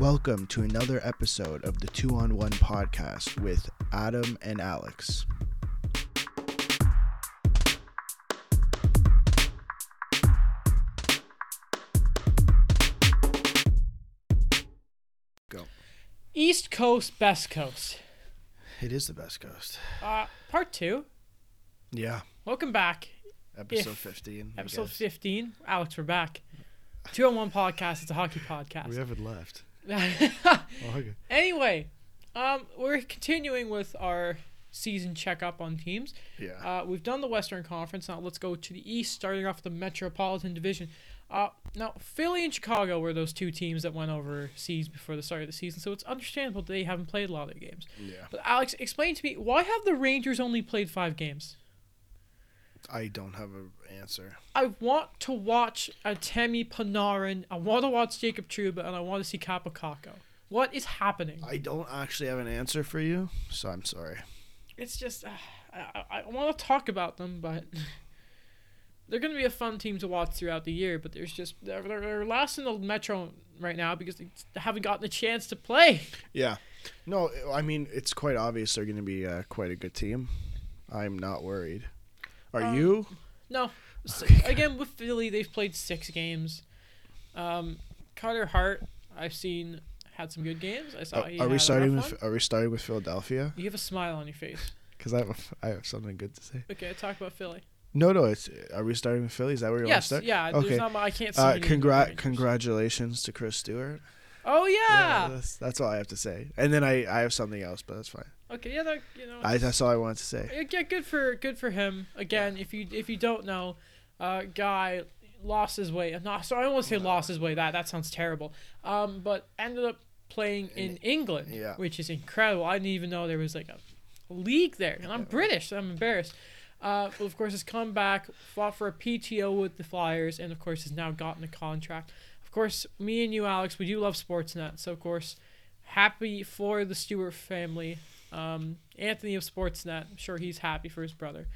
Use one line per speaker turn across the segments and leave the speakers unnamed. Welcome to another episode of the Two on One podcast with Adam and Alex. Go.
East Coast, Best Coast.
It is the best coast.
Uh, part two.
Yeah.
Welcome back.
Episode
If-
15. I
Episode
guess.
15. Alex, we're back. Two on one podcast. It's a hockey
We
podcast.
haven't left. Oh, okay.
anyway, um, we're continuing with our season checkup on teams.
Yeah.
Uh, we've done the Western Conference. Now let's go to the East, starting off with the Metropolitan Division. Uh, now, Philly and Chicago were those two teams that went overseas before the start of the season, so it's understandable they haven't played a lot of their games.
yeah.
But, Alex, explain to me why have the Rangers only played five games?
I don't have an answer.
I want to watch a Temi Panarin. I want to watch Jacob Truba, and I want to see Kapokako. What is happening?
I don't actually have an answer for you, so I'm sorry.
It's just uh, I, I- I want to talk about them, but they're going to be a fun team to watch throughout the year. But there's just they're, they're, they're last in the Metro right now because they haven't gotten a chance to play.
Yeah. No, I mean it's quite obvious they're going to be uh, quite a good team. I'm not worried. Are
Um,
you?
No, S again with Philly, they've played six games. Um, Carter Hart, I've seen had some good games. I saw.
Oh,
he
are
had a
we starting
rough
with
one.
Are we starting with Philadelphia?
You have a smile on your face.
Because I have, I have something good to say.
Okay, talk about Philly.
No, no. It's are we starting with Philly? Is that where you
Yes,
want to start?
yeah.
Okay.
There's not, mu- I can't see.
Uh,
any of the
congrat,
Rangers.
congratulations to Chris Stewart.
Oh yeah.
that's, that's all I have to say. And then I, I have something else, but that's fine.
Okay, yeah. That, you know.
I, that's all I wanted to say.
yeah, yeah, good for good for him. Again, if you if you don't know, uh, guy lost his way. Not so I don't want to say lost his way. That that sounds terrible. Um, but ended up playing in England,
yeah.
which is incredible. I didn't even know there was like a league there, and I'm British, so I'm embarrassed. Uh, but of course, his comeback fought for a PTO with the Flyers, and of course, has now gotten a contract. Of course, me and you, Alex, we do love Sportsnet, so of course, happy for the Stewart family. Um, Anthony of Sportsnet, I'm sure he's happy for his brother.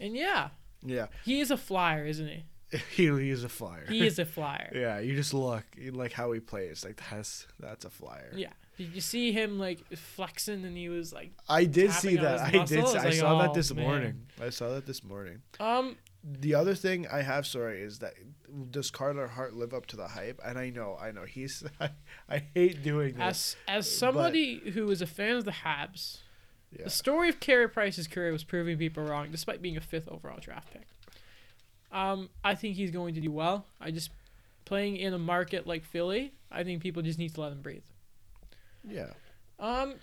And yeah,
Yeah,
he is a flyer, isn't he?
he, he's a flyer.
He is a flyer.
Yeah, you just look like how he plays. Like that's that's a flyer.
yeah. Did you see him like flexing and he was like,
I did
tapping
see
on
that.
his
I did.
muscle.
See,
It's
I
like,
saw that
oh,
this
man.
morning. I saw that this morning.
um,
The other thing I have, sorry, is that does Carter Hart live up to the hype? And I know, I know, he's. I, I hate doing this.
as as somebody who is a fan of the Habs,
Yeah.
the story of Carey Price's career was proving people wrong, despite being a fifth overall draft pick. Um, I think he's going to do well. I just playing in a market like Philly, I think people just need to let him breathe.
Yeah,
Um,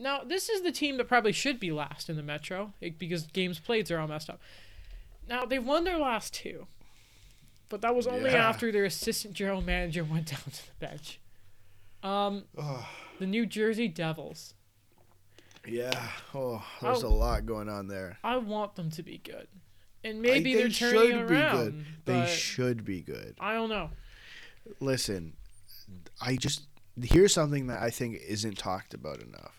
now this is the team that probably should be last in the Metro it- because games played are all messed up. Now they've won their last two, but that was only
Yeah.
after their assistant general manager went down to the bench. Um,
Ugh.
the New Jersey Devils.
yeah. Oh, there's
Oh.
a lot going on there.
I want them to be good, and maybe
they
they're turning
should
it
be good.
around.
They
but
should be good.
I don't know.
Listen, I just here's something that I think isn't talked about enough.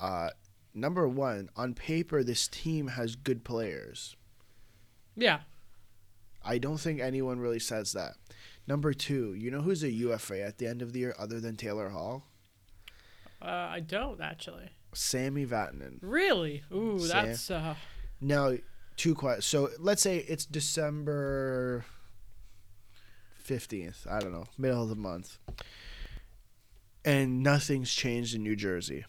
Uh, number one, on paper, this team has good players.
Yeah,
I don't think anyone really says that. Number two, you know who's a UFA at the end of the year other than Taylor Hall?
uh, I don't actually.
Sammy Vatanen.
Really? Ooh,
Sam.
that's uh,
Now, two questions. So let's say it's December 15th. I don't know, middle of the month. And nothing's changed in New Jersey.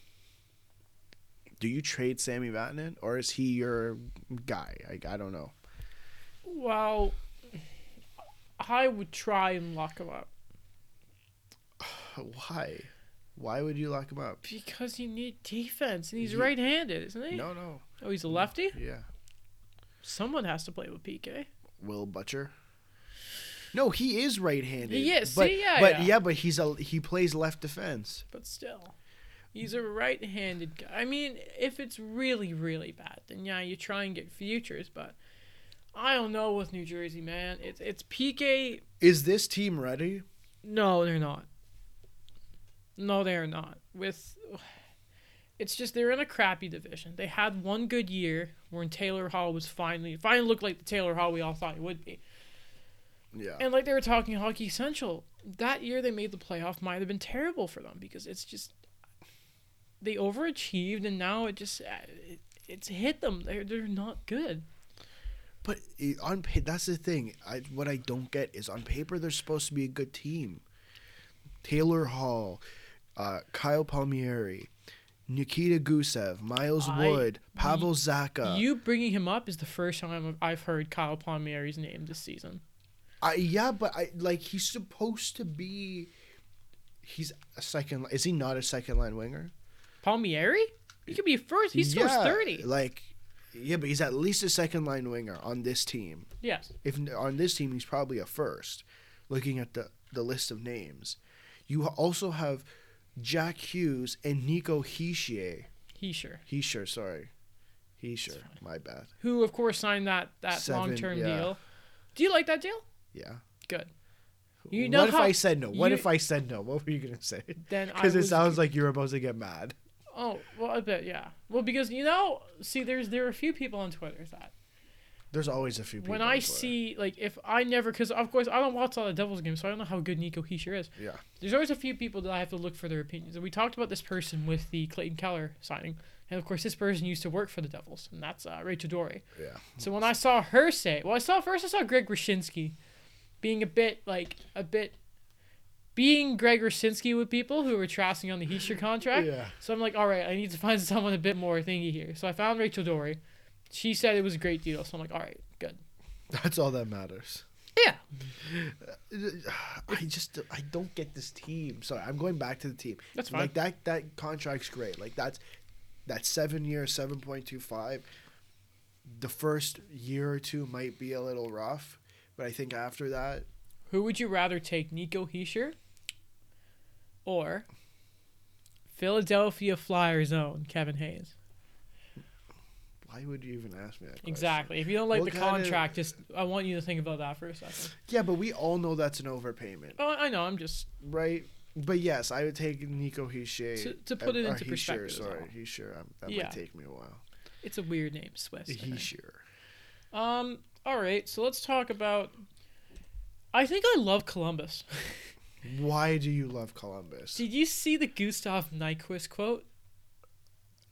Do you trade Sammy Vatanen or is he your guy? Like, I don't know.
well. I would try and lock him up.
Why? Why would you lock him up?
Because you need defense, and he's
Ye-
right-handed, isn't he?
No, no.
Oh, he's a lefty.
Yeah.
Someone has to play with PK.
Will Butcher. No, he is right-handed.
He is.
But,
See, yeah,
but
yeah.
but he's a he plays left defense.
But still, he's a right-handed guy. I mean, if it's really, really bad, then yeah, you try and get futures. But I don't know with New Jersey, man. It's it's PK.
Is this team ready?
No, they're not. No, they are not. With it's just they're in a crappy division. They had one good year when Taylor Hall was finally finally looked like the Taylor Hall we all thought he would be.
Yeah.
And like they were talking Hockey Central that year they made the playoff might have been terrible for them because it's just they overachieved and now it just uh, it, it's hit them. They're they're not good.
But it, on pa- that's the thing. I, what I don't get is on paper they're supposed to be a good team. Taylor Hall, uh, Kyle Palmieri, Nikita Gusev, Miles
I-
Wood, Pavel Zaka.
you bringing him up is the first time I've heard Kyle Palmieri's name this season.
I, yeah, but I like he's supposed to be. He's a second. Is he not a second line winger?
Palmieri? He could be first. He scores
Yeah,
thirty.
Like, yeah, but he's at least a second line winger on this team.
Yes.
if on this team he's probably a first looking at the, the list of names you ha- also have jack hughes and nico heishier
He sure.
heishier sorry heishier my bad
Who of course signed that that
Seven,
long term
yeah.
deal. Do you like that deal?
yeah
Good. You
what
know
if
how-
i said no what
you-
if i said no what were you gonna say
Then I
because it
was
sounds like you were about to get mad
Oh, well, a bit, yeah. Well, because you know, see, there's there are a few people on Twitter that
there's always a few people
when
on
I
Twitter.
see like if I never because of course I don't watch all the Devils games, so I don't know how good Nico Heischer is.
Yeah.
There's always a few people that I have to look for their opinions, and we talked about this person with the Clayton Keller signing, and of course this person used to work for the Devils, and that's uh, Rachel Dory.
yeah
So when I saw her say, well, I saw first I saw Greg Roshinsky being a bit like a bit being Greg Roshinsky with people who were trashing on the Heischer contract.
yeah
So I'm like, all right, I need to find someone a bit more thingy here. So I found Rachel Dory. She said it was a great deal. So I'm like, all right, good.
that's all that matters
Yeah.
I just I don't get this team. Sorry, I'm going back to the team.
That's
Like that that contract's great. Like that's that seven year seven point two five. The first year or two might be a little rough, but I think after that,
Who would you rather take, Nico Heischer or Philadelphia Flyers own Kevin Hayes?
why would you even ask me that? Question?
Exactly. If you don't like
What
the
kind of-
contract, just I want you to think about that for a second.
Yeah, but we all know that's an overpayment,
Oh, I know. I'm just
right? But yes, I would take Nico Hischier.
To- to put it
or
into
Hischier,
perspective as
Sorry,
well.
Hischier. I'm, that
Yeah.
might take me a while.
it's a weird name, Swiss. I think.
Hischier.
Um. All right. So let's talk about. I think I love Columbus.
Why do you love Columbus?
Did you see the Gustav Nyquist quote?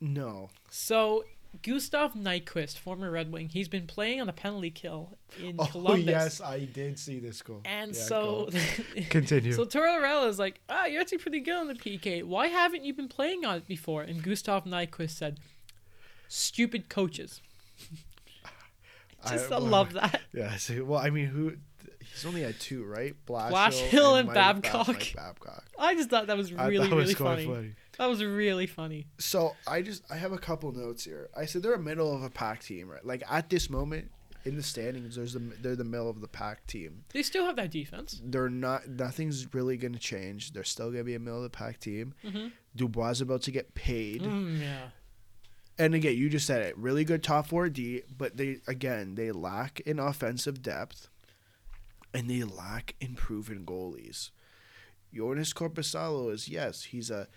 no.
So Gustav Nyquist, former Red Wing, he's been playing on the penalty kill in
Oh
Columbus.
yes, I did see this goal.
And
Yeah,
so
go. continue.
So Tortorella is like, ah, you're actually pretty good on the PK. Why haven't you been playing on it before? And Gustav Nyquist said, stupid coaches.
I-
Just I,
well,
love that.
Yeah. So, well, I mean, who? He's only had two, right? Blashill,
Blashill and
Mike
Babcock.
Mike Babcock.
I just thought that was
I-
really,
that was
really
quite
funny. That was really funny.
So I just I have a couple notes here. I said they're a middle of a pack team, right? Like at this moment in the standings, there's the they're the middle of the pack team.
They still have that defense.
They're not nothing's really gonna change. They're still gonna be a middle of the pack team.
Mhm.
Dubois about to get paid.
Mm, yeah.
and again, you just said it. Really good top four D, but they again they lack in offensive depth, and they lack in proven goalies. Jonas Corposalo is yes, he's a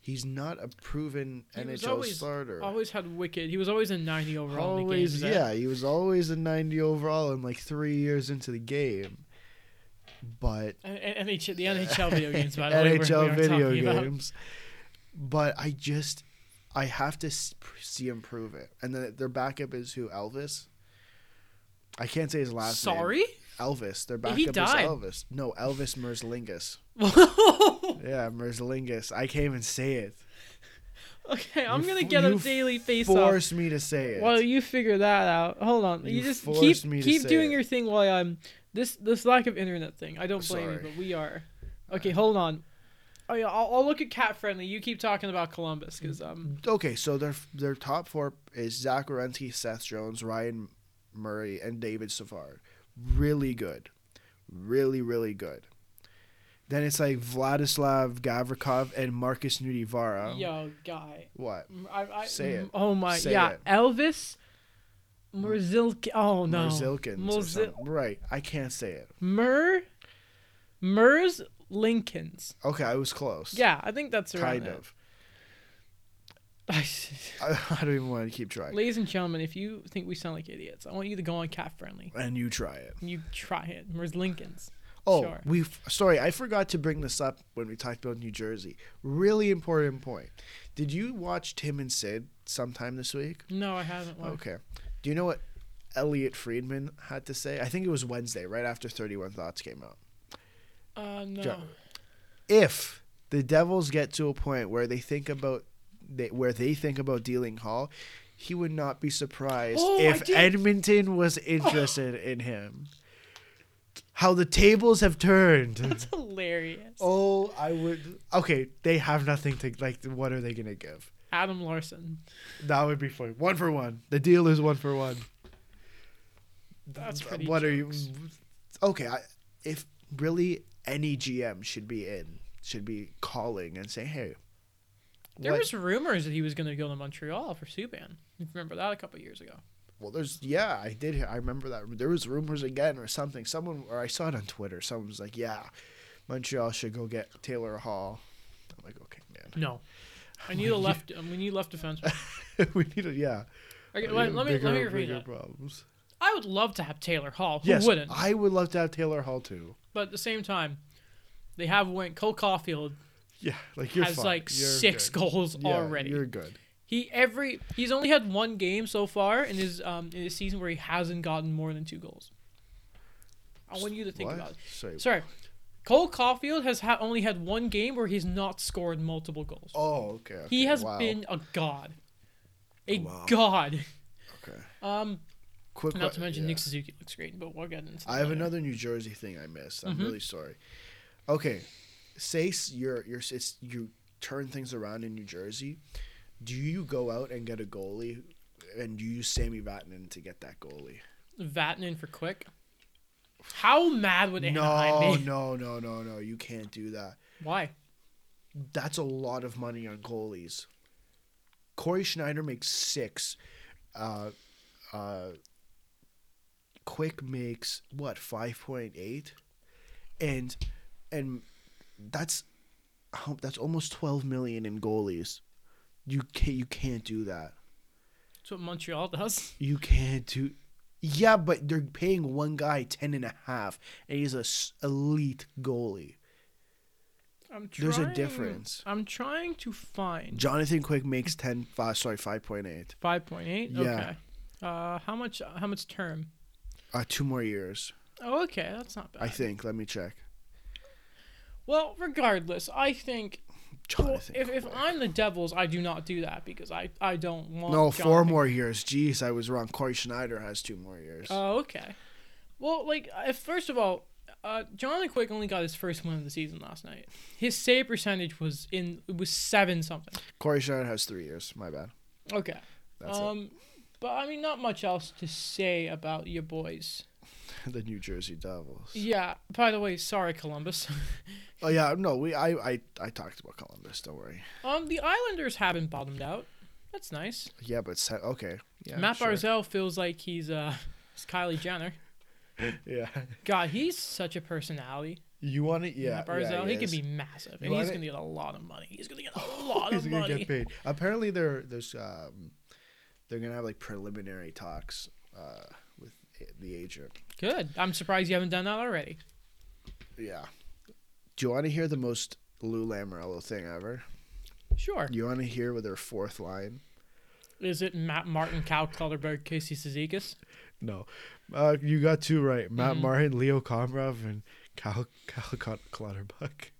he's not a proven
He was
NHL
always-
starter.
Always had wicked. He was always a 90 overall. in the
Always,
games that-
yeah, he was always a ninety overall, and like three years into the game, but
And- and NHL, the NHL video games, by the way. we're- we
NHL
are
video
talking about.
games. But I just, I have to s- see him prove it. And then their backup is who? Elvis. I can't say his last name.
Sorry?
Elvis. Their backup
He died.
is Elvis. No, Elvis Merzlingus.
okay,
Yeah, Merzlingus. I can't even say it.
I'm
You
gonna
f-
get a
you
daily face off
Force me to say it.
while you figure that out. Hold on, you,
You
just keep
forced me to
keep
say
doing
it.
your thing while I'm this this lack of internet thing. I don't blame you,
Sorry.
but we are. Okay, hold on. Oh yeah, I'll, I'll look at cat friendly. You keep talking about Columbus because um
okay, so their their top four is Zach Wierenski, Seth Jones, Ryan Murray, and David Savard. Really good, really really good. Then it's like Vladislav Gavrikov and Marcus Nudivara.
yo guy.
What?
Mm, I, I,
Oh. Say it.
mm, Oh my
Say
yeah,
it.
Elvis. Merzilkin. Oh no.
Merzilkins or
Merzil-
something. right. I can't say it.
Mer. Merz Lincolns.
Okay, I was close.
Yeah, I think that's around
Kind
it.
of. I, I don't even want to keep trying.
Ladies and gentlemen, if you think we sound like idiots, I want you to go on cat friendly.
And you try it.
You try it. Where's Lincoln's?
Oh,
Sure.
we f- sorry, I forgot to bring this up when we talked about New Jersey. Really important point. Did you watch Tim and Sid sometime this week?
No, I haven't. Watched.
Okay. Do you know what Elliot Friedman had to say? I think it was Wednesday, right after 31 Thoughts came out.
Uh, no.
Jo- If the Devils get to a point where they think about they, where they think about dealing Hall, he would not be surprised
Oh, I
if
did-
Edmonton was interested in him. How the tables have turned.
That's hilarious.
Oh, I would. Okay, they have nothing to like. What are they gonna give?
Adam Larson.
That would be funny. One for one. The deal is one for one. Uh,
That's pretty
What
jokes.
are you? Okay, I, if really any GM should be in, should be calling and saying, "Hey,
There
what-
was rumors that he was going to go to Montreal for Subban. You remember that a couple years ago.
well, there's yeah, I did. hear- I remember that there was rumors again or something. Someone or I saw it on Twitter. Someone was like, "Yeah, Montreal should go get Taylor Hall." I'm like, okay, man,
No. I need a left. Um, we need left defenseman.
we need a yeah.
Okay,
we
let,
need
let me
bigger-
let me rephrase
bigger
that.
problems.
I would love to have Taylor Hall. Who
Yes,
wouldn't?
I would love to have Taylor Hall too.
But at the same time, they have went Cole Caulfield
Yeah, like you're
has
fine.
like
You're
six
good.
goals
Yeah,
already.
You're good.
He every he's only had one game so far in his um in his season where he hasn't gotten more than two goals. I want you to think
What?
about
Sorry.
it. Sorry, Cole Caulfield has ha- only had one game where he's not scored multiple goals.
Oh, okay. okay,
he has
wow,
been a god, a
Wow.
god.
Okay.
Um,
Quick.
not
que-
to mention
yeah.
Nick Suzuki looks great, but we'll get into.
I have
that.
another New Jersey thing I missed. I'm
Mhm.
really sorry. Okay, say s- you're you're s- it's, you turn things around in New Jersey. Do you go out and get a goalie, and you use Sammy Vatanen to get that goalie?
Vatanen for quick. How mad would Anaheim
No,
be?
no, no, no, no. You can't do that.
Why?
that's a lot of money on goalies. Corey Schneider makes six. Uh, uh, Quick makes what five point eight, and and that's how- that's almost twelve million in goalies. You can't you can't do that.
That's what Montreal does.
You can't do. Yeah, but they're paying one guy ten and a half, and he's a s- elite goalie.
I'm trying,
There's a difference.
I'm trying to find
Jonathan Quick makes ten five. Sorry, five point eight.
Five point eight.
Yeah.
Okay. Uh, how much? How much term?
Uh, two more years,
Oh, okay, that's not bad.
I think. Let me check.
well, regardless, I think well,
Jonathan.
if, if
Quick.
I'm the Devils, I do not do that because I I don't want.
no, four
Jonathan-
more years. Jeez, I was wrong. Corey Schneider has two more years.
Oh, okay. Well, like if, first of all, uh, Jonathan Quick only got his first win of the season last night. His save percentage was in it was seven something.
Corey Schneider has three years. My bad.
Okay.
That's
um, but I mean, not much else to say about your boys.
it. the New Jersey Devils.
Yeah. By the way, sorry, Columbus.
Oh yeah, no, we I, I I talked about Columbus. Don't worry.
um, the Islanders haven't bottomed out. That's nice.
Yeah, but se- okay. Yeah,
Matt
sure.
Barzell feels like he's uh, he's Kylie Jenner.
Yeah.
God, he's such a personality.
You want it? Yeah.
Matt Barzell,
yeah,
he
yes.
could be massive, and
You
he's
want
gonna get a lot of money. He's gonna get a lot
He's
of
gonna
money.
get paid. Apparently, there there's um, they're gonna have like preliminary talks uh with the agent.
Good. I'm surprised you haven't done that already.
Yeah. Do you want to hear the most Lou Lamorello thing ever?
Sure.
You want to hear with her fourth line?
Is it Matt Martin, Cal Clutterberg, Casey Sezikis?
No. Uh, you got two right. Matt
Mhm.
Martin, Leo Komarov, and Cal, Cal Cl- Clutterbuck.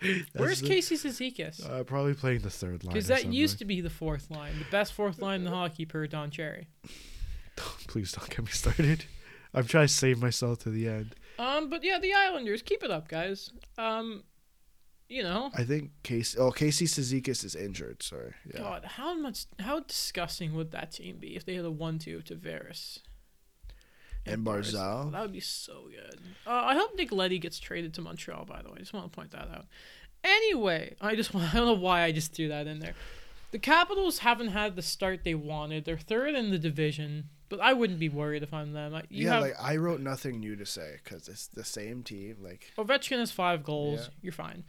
That's
Where's
the-
Casey Sezikis?
Uh, probably playing the third line.
Because that used to be the fourth line, the best fourth line in the hockey per Don Cherry.
Please don't get me started. I'm trying to save myself to the end.
Um, but yeah, the Islanders, keep it up, guys. Um, you know,
I think Casey. Oh, Casey Sezikis is injured. Sorry. Yeah.
God, how much, how disgusting would that team be if they had a one-two of Tavares
And Barzal?
That would be so good. Uh, I hope Nick Letty gets traded to Montreal. By the way, I just want to point that out. Anyway, I just want, I don't know why I just threw that in there. The Capitals haven't had the start they wanted. They're third in the division, but I wouldn't be worried if I'm them. I- You
yeah,
have
like I wrote nothing new to say because it's the same team. Like
Ovechkin has five goals.
Yeah.
You're fine.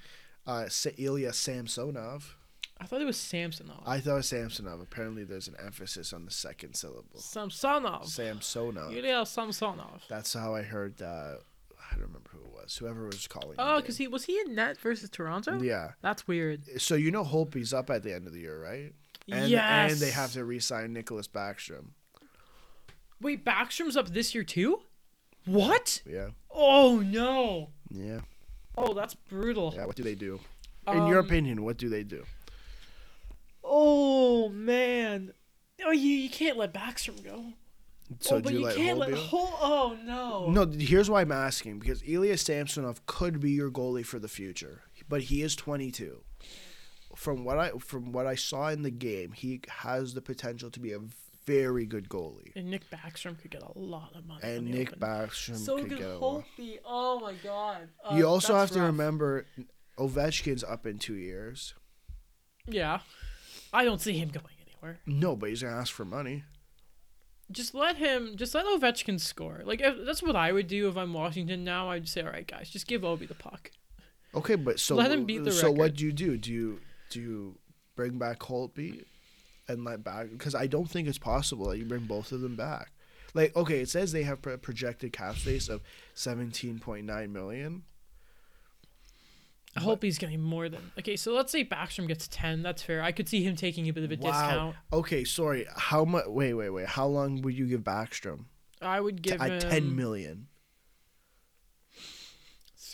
uh, Sa- Ilya Samsonov.
I thought it was Samsonov.
I thought Samsonov. Apparently, there's an emphasis on the second syllable.
Samsonov.
Samsonov.
Ilya Samsonov.
That's how I heard. Uh, I don't remember who it was. Whoever was calling.
Oh, because he was he in net versus Toronto?
Yeah.
That's weird.
So you know Holpe's up at the end of the year, right? And,
yes.
And they have to re-sign Nicholas Backstrom.
Wait, Backstrom's up this year too? What?
Yeah.
Oh no.
Yeah.
Oh, that's brutal.
Yeah. What do they do? In your
Um,
opinion, what do they do?
Oh man. Oh, you, you can't let Backstrom go.
So
oh, but
do you,
you
let
can't
Holpe
let
go?
Hol- Oh no.
No, here's why I'm asking because Ilya Samsonov could be your goalie for the future, but he is 22. From what I from what I saw in the game, he has the potential to be a very good goalie.
And Nick Backstrom could get a lot of money.
And
on the
Nick
open.
Backstrom
So
could
could
get a lot.
Holtby. Oh my god. Uh,
You also have
that's
to
rough.
remember Ovechkin's up in 2 years.
Yeah. I don't see him going anywhere.
No, but he's going to ask for money.
Just let him. Just let Ovechkin score. Like if, that's what I would do if I'm Washington now. I'd say, all right, guys, just give Obi the puck.
Okay, but so
Let him beat the
so what
record.
do you do? Do you do you bring back Holtby and let back because I don't think it's possible that you bring both of them back. Like okay, it says they have pro- projected cap space of seventeen point nine million.
I hope he's getting more than. Okay, so let's say Backstrom gets ten. That's fair. I could see him taking a bit of a discount.
Okay, sorry. How much? Wait, wait, wait. How long would you give Backstrom?
I would
T-
give
At
him
ten million.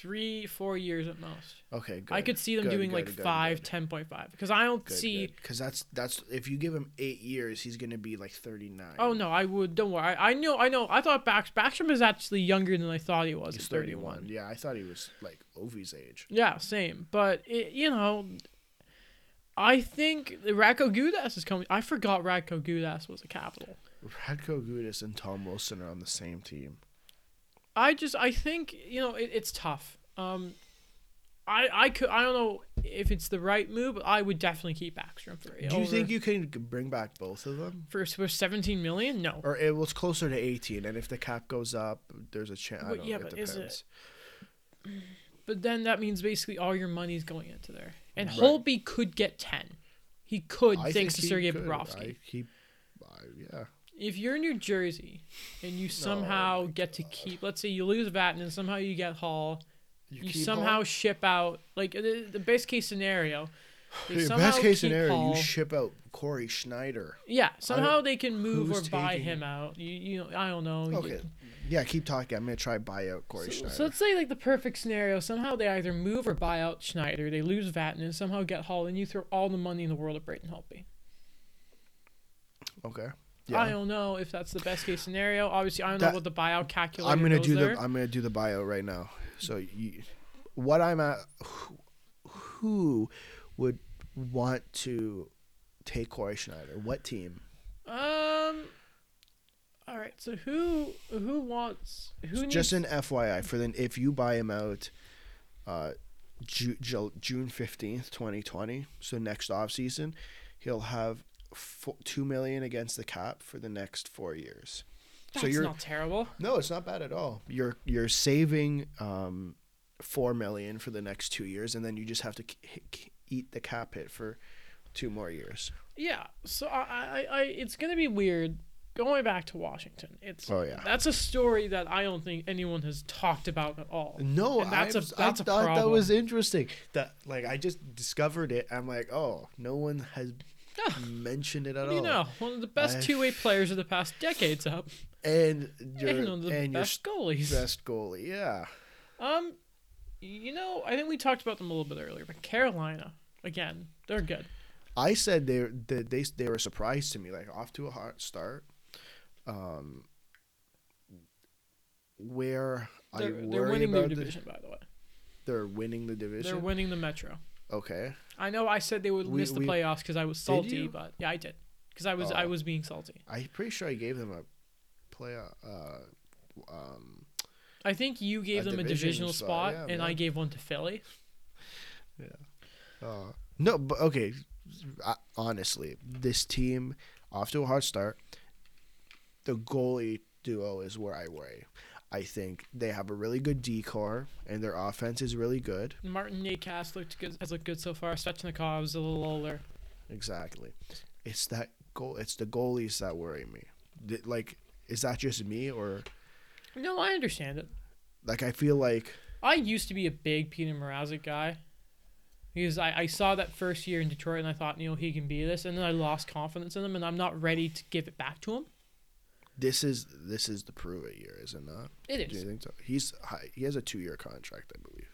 three, four years at most.
Okay, good.
I could see them
good,
doing
good,
like
good,
five,
good,
ten point five. Because I don't
good,
see.
because that's that's if you give him eight years, he's gonna be like thirty nine.
Oh no, I would. Don't worry. I, I know. I know. I thought Back, Backstrom is actually younger than I thought he was.
he's
He's
thirty
thirty-one.
one. Yeah, I thought he was like Ovi's age.
Yeah, same. But it, you know, I think the Ratko Gudas is coming. I forgot Ratko Gudas was a capital.
Radko Gudis and Tom Wilson are on the same team.
I just I think you know it, it's tough. Um, I I could I don't know if it's the right move, but I would definitely keep Backstrom for.
Do you think you can bring back both of them?
for, for seventeen million? No.
Or it was closer to 18, and if the cap goes up, there's a chance.
Well,
Yeah,
yeah,
it
but
depends.
is But then that means basically all your money's going into there, and
Right.
Holby could get ten. He could,
I
thanks
think
to
he
Sergei
could.
Bobrovsky.
I, he, I, yeah.
if you're New Jersey and you somehow get to keep, let's say you lose Vatten and somehow you get Hall, you,
keep
somehow
Hall?
ship out like the, the best case scenario. they
Hey,
somehow
best case
keep
scenario,
Hall.
you ship out Corey Schneider.
yeah, somehow they can move or
who's
buy
taking
him out. You, you know, I don't know.
Okay.
You-
Yeah, keep talking. I'm going to try buy out Corey
So,
Schneider.
so let's say like the perfect scenario. Somehow they either move or buy out Schneider. They lose Vatten and somehow get Hall, and you throw all the money in the world at Brayton Holtby.
okay.
I
Yeah.
don't know if that's the best case scenario. Obviously, I don't
That-
know what the buyout calculator.
I'm gonna
goes
do
there.
the I'm gonna do the bio right now. So you, what I'm at, who, who would want to take Corey Schneider? What team?
Um. All right. So who who wants who needs?
Just an FYI for then if you buy him out, uh, Ju- Ju- June fifteenth, twenty twenty. So next off season, he'll have fo- two million against the cap for the next four years.
that's
so you're
not terrible.
no, it's not bad at all. You're you're saving um, four million for the next two years, and then you just have to k- k- eat the cap hit for two more years.
Yeah. So I, I I it's gonna be weird going back to Washington. It's
Oh, yeah.
That's a story that I don't think anyone has talked about at all.
No,
And that's
I,
a-
was-
that's
I
a
thought that
problem.
was interesting. That like I just discovered it. I'm like, oh, no one has
Ah,
mentioned it at
What do
all.
you know? One of the best
I-
two-way players of the past decades up,
And your
and one of the
and your
best goalies.
best goalie, yeah.
Um, you know, I think we talked about them a little bit earlier, but Carolina again, they're good.
I said they they they, they were surprised to me, like off to a hot start. Um, where
They're,
I
they're
worry
winning their
about
division, by the way.
The, they're winning the division.
They're winning the Metro.
okay,
I know I said they would
We-
miss the
we-
playoffs because I was salty,
you?
but yeah, I did because I was I
Oh.
was being salty.
I'm pretty sure I gave them a play. Uh, um,
I think you gave them a
division
divisional
spot,
spot,
yeah,
and I
man.
gave one to Philly.
uh, no, but okay. I, honestly, this team off to a hard start. The goalie duo is where I worry. I think they have a really good decor, and their offense is really good.
Martin Nacast looked good has looked good so far. Svechnikov's a little older.
Exactly. It's that goal. It's the goalies that worry me. Th- Like, is that just me or
No, I understand it.
Like I feel like
I used to be a big Peter Mrazek guy because I, I saw that first year in Detroit and I thought, you know, he can be this. And then I lost confidence in him and I'm not ready to give it back to him.
this is this is the prove it year, is it not?
It
Do you
is.
think so? He's high, he has a two year contract, I believe.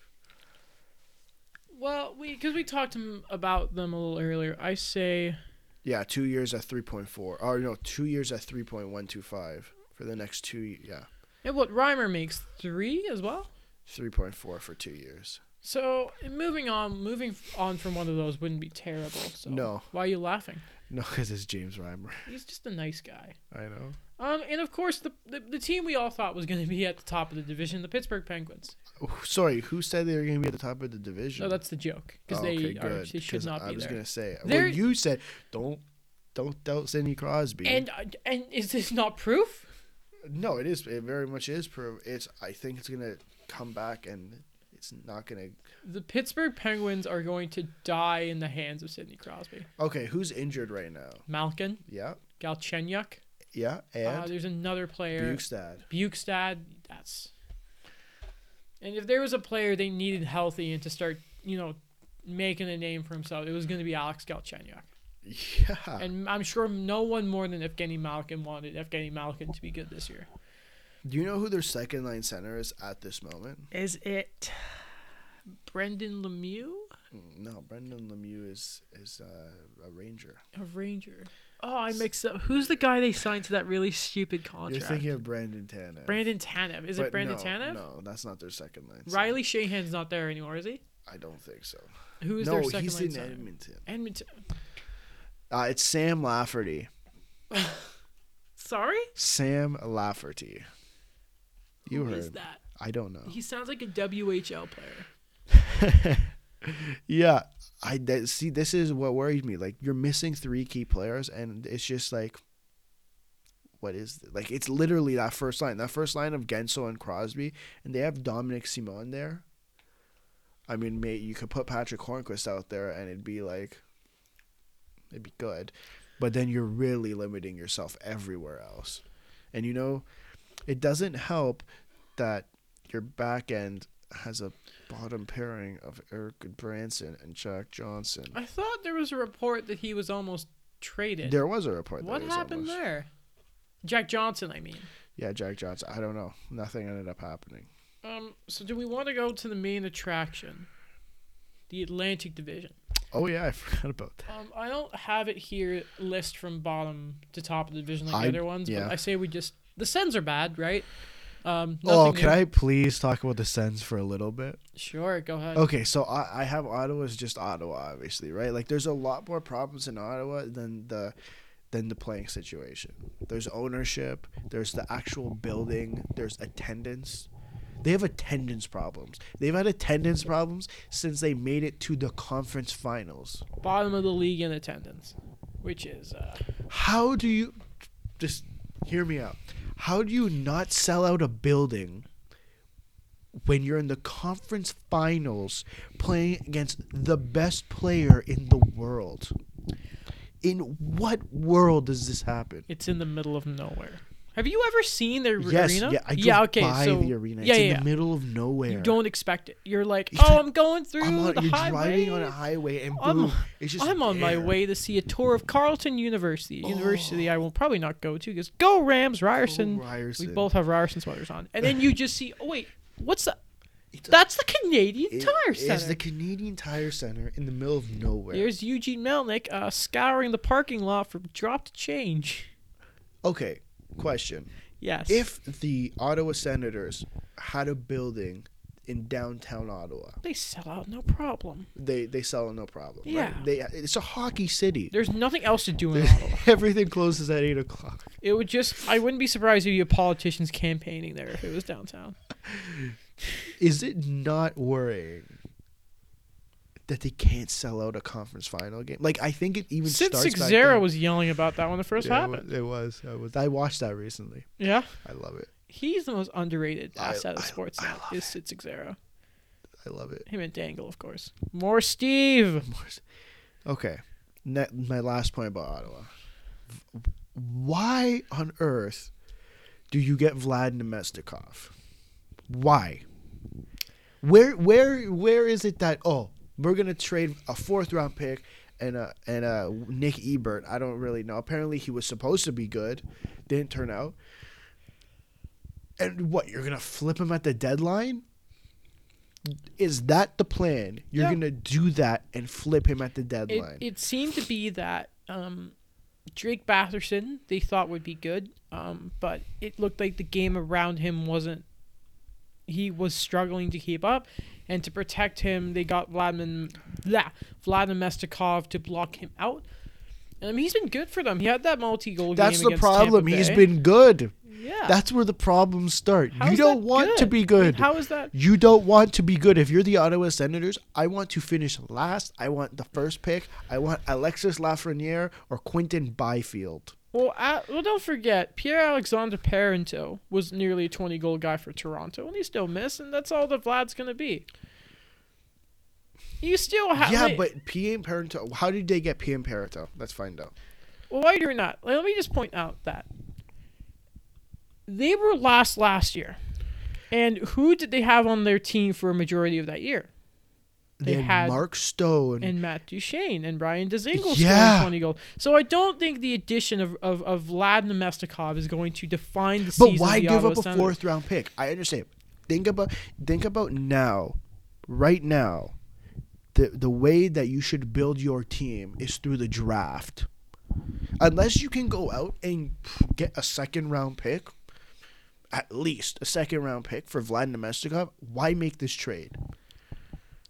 Well, we because we talked him about them a little earlier. I say
Yeah, two years at three point four. Or no, two years at three point one two five for the next two. ye- Yeah,
yeah, what Reimer makes three as well.
three point four for two years.
So moving on, moving on from one of those wouldn't be terrible. So
No.
why are you laughing?
No, because it's James Reimer.
He's just a nice guy.
I know.
Um, and of course the the, the team we all thought was going to be at the top of the division, the Pittsburgh Penguins.
Oh, sorry, who said they were going to be at the top of the division?
No, that's the joke
Oh,
because they are,
good,
they should
'cause
not
I
be
was
there.
gonna say
They're-
when you said don't don't doubt Sidney Crosby.
And uh, and is this not proof?
no, it is. It very much is proof. It's. I think it's gonna come back, and it's not gonna.
The Pittsburgh Penguins are going to die in the hands of Sidney Crosby,
Okay, who's injured right now?
Malkin,
Yeah,
Galchenyuk.
yeah,
Uh,
and
there's another player,
Bukestad.
Bukestad. That's. And if there was a player they needed healthy and to start, you know, making a name for himself, it was going to be Alex Galchenyuk.
Yeah,
And I'm sure no one more than Evgeny Malkin wanted Evgeny Malkin to be good this year.
Do you know who their second line center is at this moment?
Is it Brendan Lemieux?
Mm, No, Brendan Lemieux is is uh, a Ranger.
A Ranger. Oh, I mixed up. Who's the guy they signed to that really stupid contract?
You're thinking of Brandon Tanev.
Brandon Tanev. Is it
But
Brandon
no,
Tanev?
No, that's not their second line. center.
Riley Shahan's not there anymore, is he?
I don't think so.
Who is
no,
their second
he's
line
in
center?
Edmonton.
Edmonton.
Uh, it's Sam Lafferty.
Sorry?
Sam Lafferty. You
Who
heard. Oh.
is that?
I don't know.
He sounds like a WHL player.
Yeah, I that, see. This is what worries me. Like you're missing three key players, and it's just like, what is th- like? It's literally that first line. That first line of Gensel and Crosby, and they have Dominic Simon there. I mean, mate, you could put Patrick Hornquist out there, and it'd be like, it'd be good, but then you're really limiting yourself everywhere else, and you know, it doesn't help that your back end has a bottom pairing of Eric Branson and Jack Johnson.
I thought there was a report that he was almost traded.
There was a report. that
what
it was
happened
almost-
there? Jack Johnson, I mean.
Yeah, Jack Johnson. I don't know. Nothing ended up happening.
Um, so do we want to go to the main attraction? The Atlantic Division.
Oh yeah, I forgot about that.
Um, I don't have it here list from bottom to top of the division like
I-
the other ones,
yeah.
but I say we just the Sens are bad, right? Um,
Oh,
nothing
can
new.
I please talk about the Sens for a little bit?
Sure, go ahead.
Okay, so I, I have Ottawa's just Ottawa, obviously, right? Like, there's a lot more problems in Ottawa than the than the playing situation. There's ownership. There's the actual building. There's attendance. They have attendance problems. They've had attendance problems since they made it to the conference finals.
Bottom of the league in attendance, which is uh,
How do you just hear me out? How do you not sell out a building when you're in the conference finals playing against the best player in the world? In what world does this happen?
it's in the middle of nowhere. Have you ever seen their
Yes,
arena?
yeah, I drove by the arena. It's
yeah,
in
yeah,
the
yeah.
middle of nowhere.
You don't expect it. You're like,
It's
oh,
like-
I'm going through
I'm on,
the
you're
highway.
driving on a highway, and
I'm-
boom, it's just.
I'm on my
there. Oh.
way to see a tour of Carleton University, a university I will probably not go to because go Rams, Ryerson. We
Ryerson.
both have Ryerson sweaters on, and then you just see. Oh wait, what's that?
It's a-
That's the Canadian
It
Tire
is
Center.
the Canadian Tire Center in the middle of nowhere.
There's Eugene Melnick uh, scouring the parking lot for dropped change.
okay, question.
Yes.
If the Ottawa Senators had a building in downtown Ottawa,
they sell out, no problem.
they they sell it no problem. right?
Yeah.
They it's a hockey city.
There's nothing else to do in Ottawa.
Everything closes at eight o'clock.
It would just. I wouldn't be surprised if you had politicians campaigning there if it was downtown.
Is it not worrying that they can't sell out a conference final game? Like I think it even
Since
starts back
Sixera
then.
was yelling about that when it first
Yeah, it
happened.
was- It was, it was. I watched that recently.
Yeah.
I love it.
He's the most underrated
I-
asset
I-
of sports
I
now.
love
Is Sid Zero.
I love it.
Him and Dangle, of course. More Steve.
Okay. Ne- my last point about Ottawa. V- Why on earth do you get Vlad Nemestikov? Why? Where where where is it that oh we're gonna trade a fourth round pick and a and a Nick Ebert? I don't really know. Apparently he was supposed to be good, didn't turn out. And what you're gonna flip him at the deadline? Is that the plan? You're
Yeah.
gonna do that and flip him at the
It,
deadline?
it seemed to be that um, Drake Batherson they thought would be good, um, but it looked like the game around him wasn't. He was struggling to keep up, and to protect him, they got Vladimir, blah, Vladimir Mestikov to block him out. And I mean, he's been good for them. He had that multi-goal
That's
game
the
against
problem.
Tampa
He's
Bay.
been good.
yeah.
That's where the problems start.
How
you
is
don't
that
want to be
I mean,
good.
How is that?
You don't want to be good. If you're the Ottawa Senators, I want to finish last. I want the first pick. I want Alexis Lafreniere or Quinton Byfield.
Well, I, well, don't forget, Pierre Alexandre Parenteau was nearly a 20 goal guy for Toronto, and he still missed, and that's all the Vlad's going to be. You still have.
yeah,
wait,
but PM Parento. How did they get PM Parento? Let's find out.
Well, why do we not? Let me just point out that they were last last year. And who did they have on their team for a majority of that year? They
They, had
had-
Mark Stone.
And Matt Duchene and Brian DeZingle
Mm. Yeah.
scoring 20 goals. So I don't think the addition of, of, of Vlad Nemestikov is going to define the
but
season.
why
of the
give
Ottawa
up a
Senators.
fourth round pick? I understand. Think about think about now, right now, the the way that you should build your team is through the draft. Unless you can go out and get a second round pick, at least a second round pick for Vlad Nemestikov, why make this trade?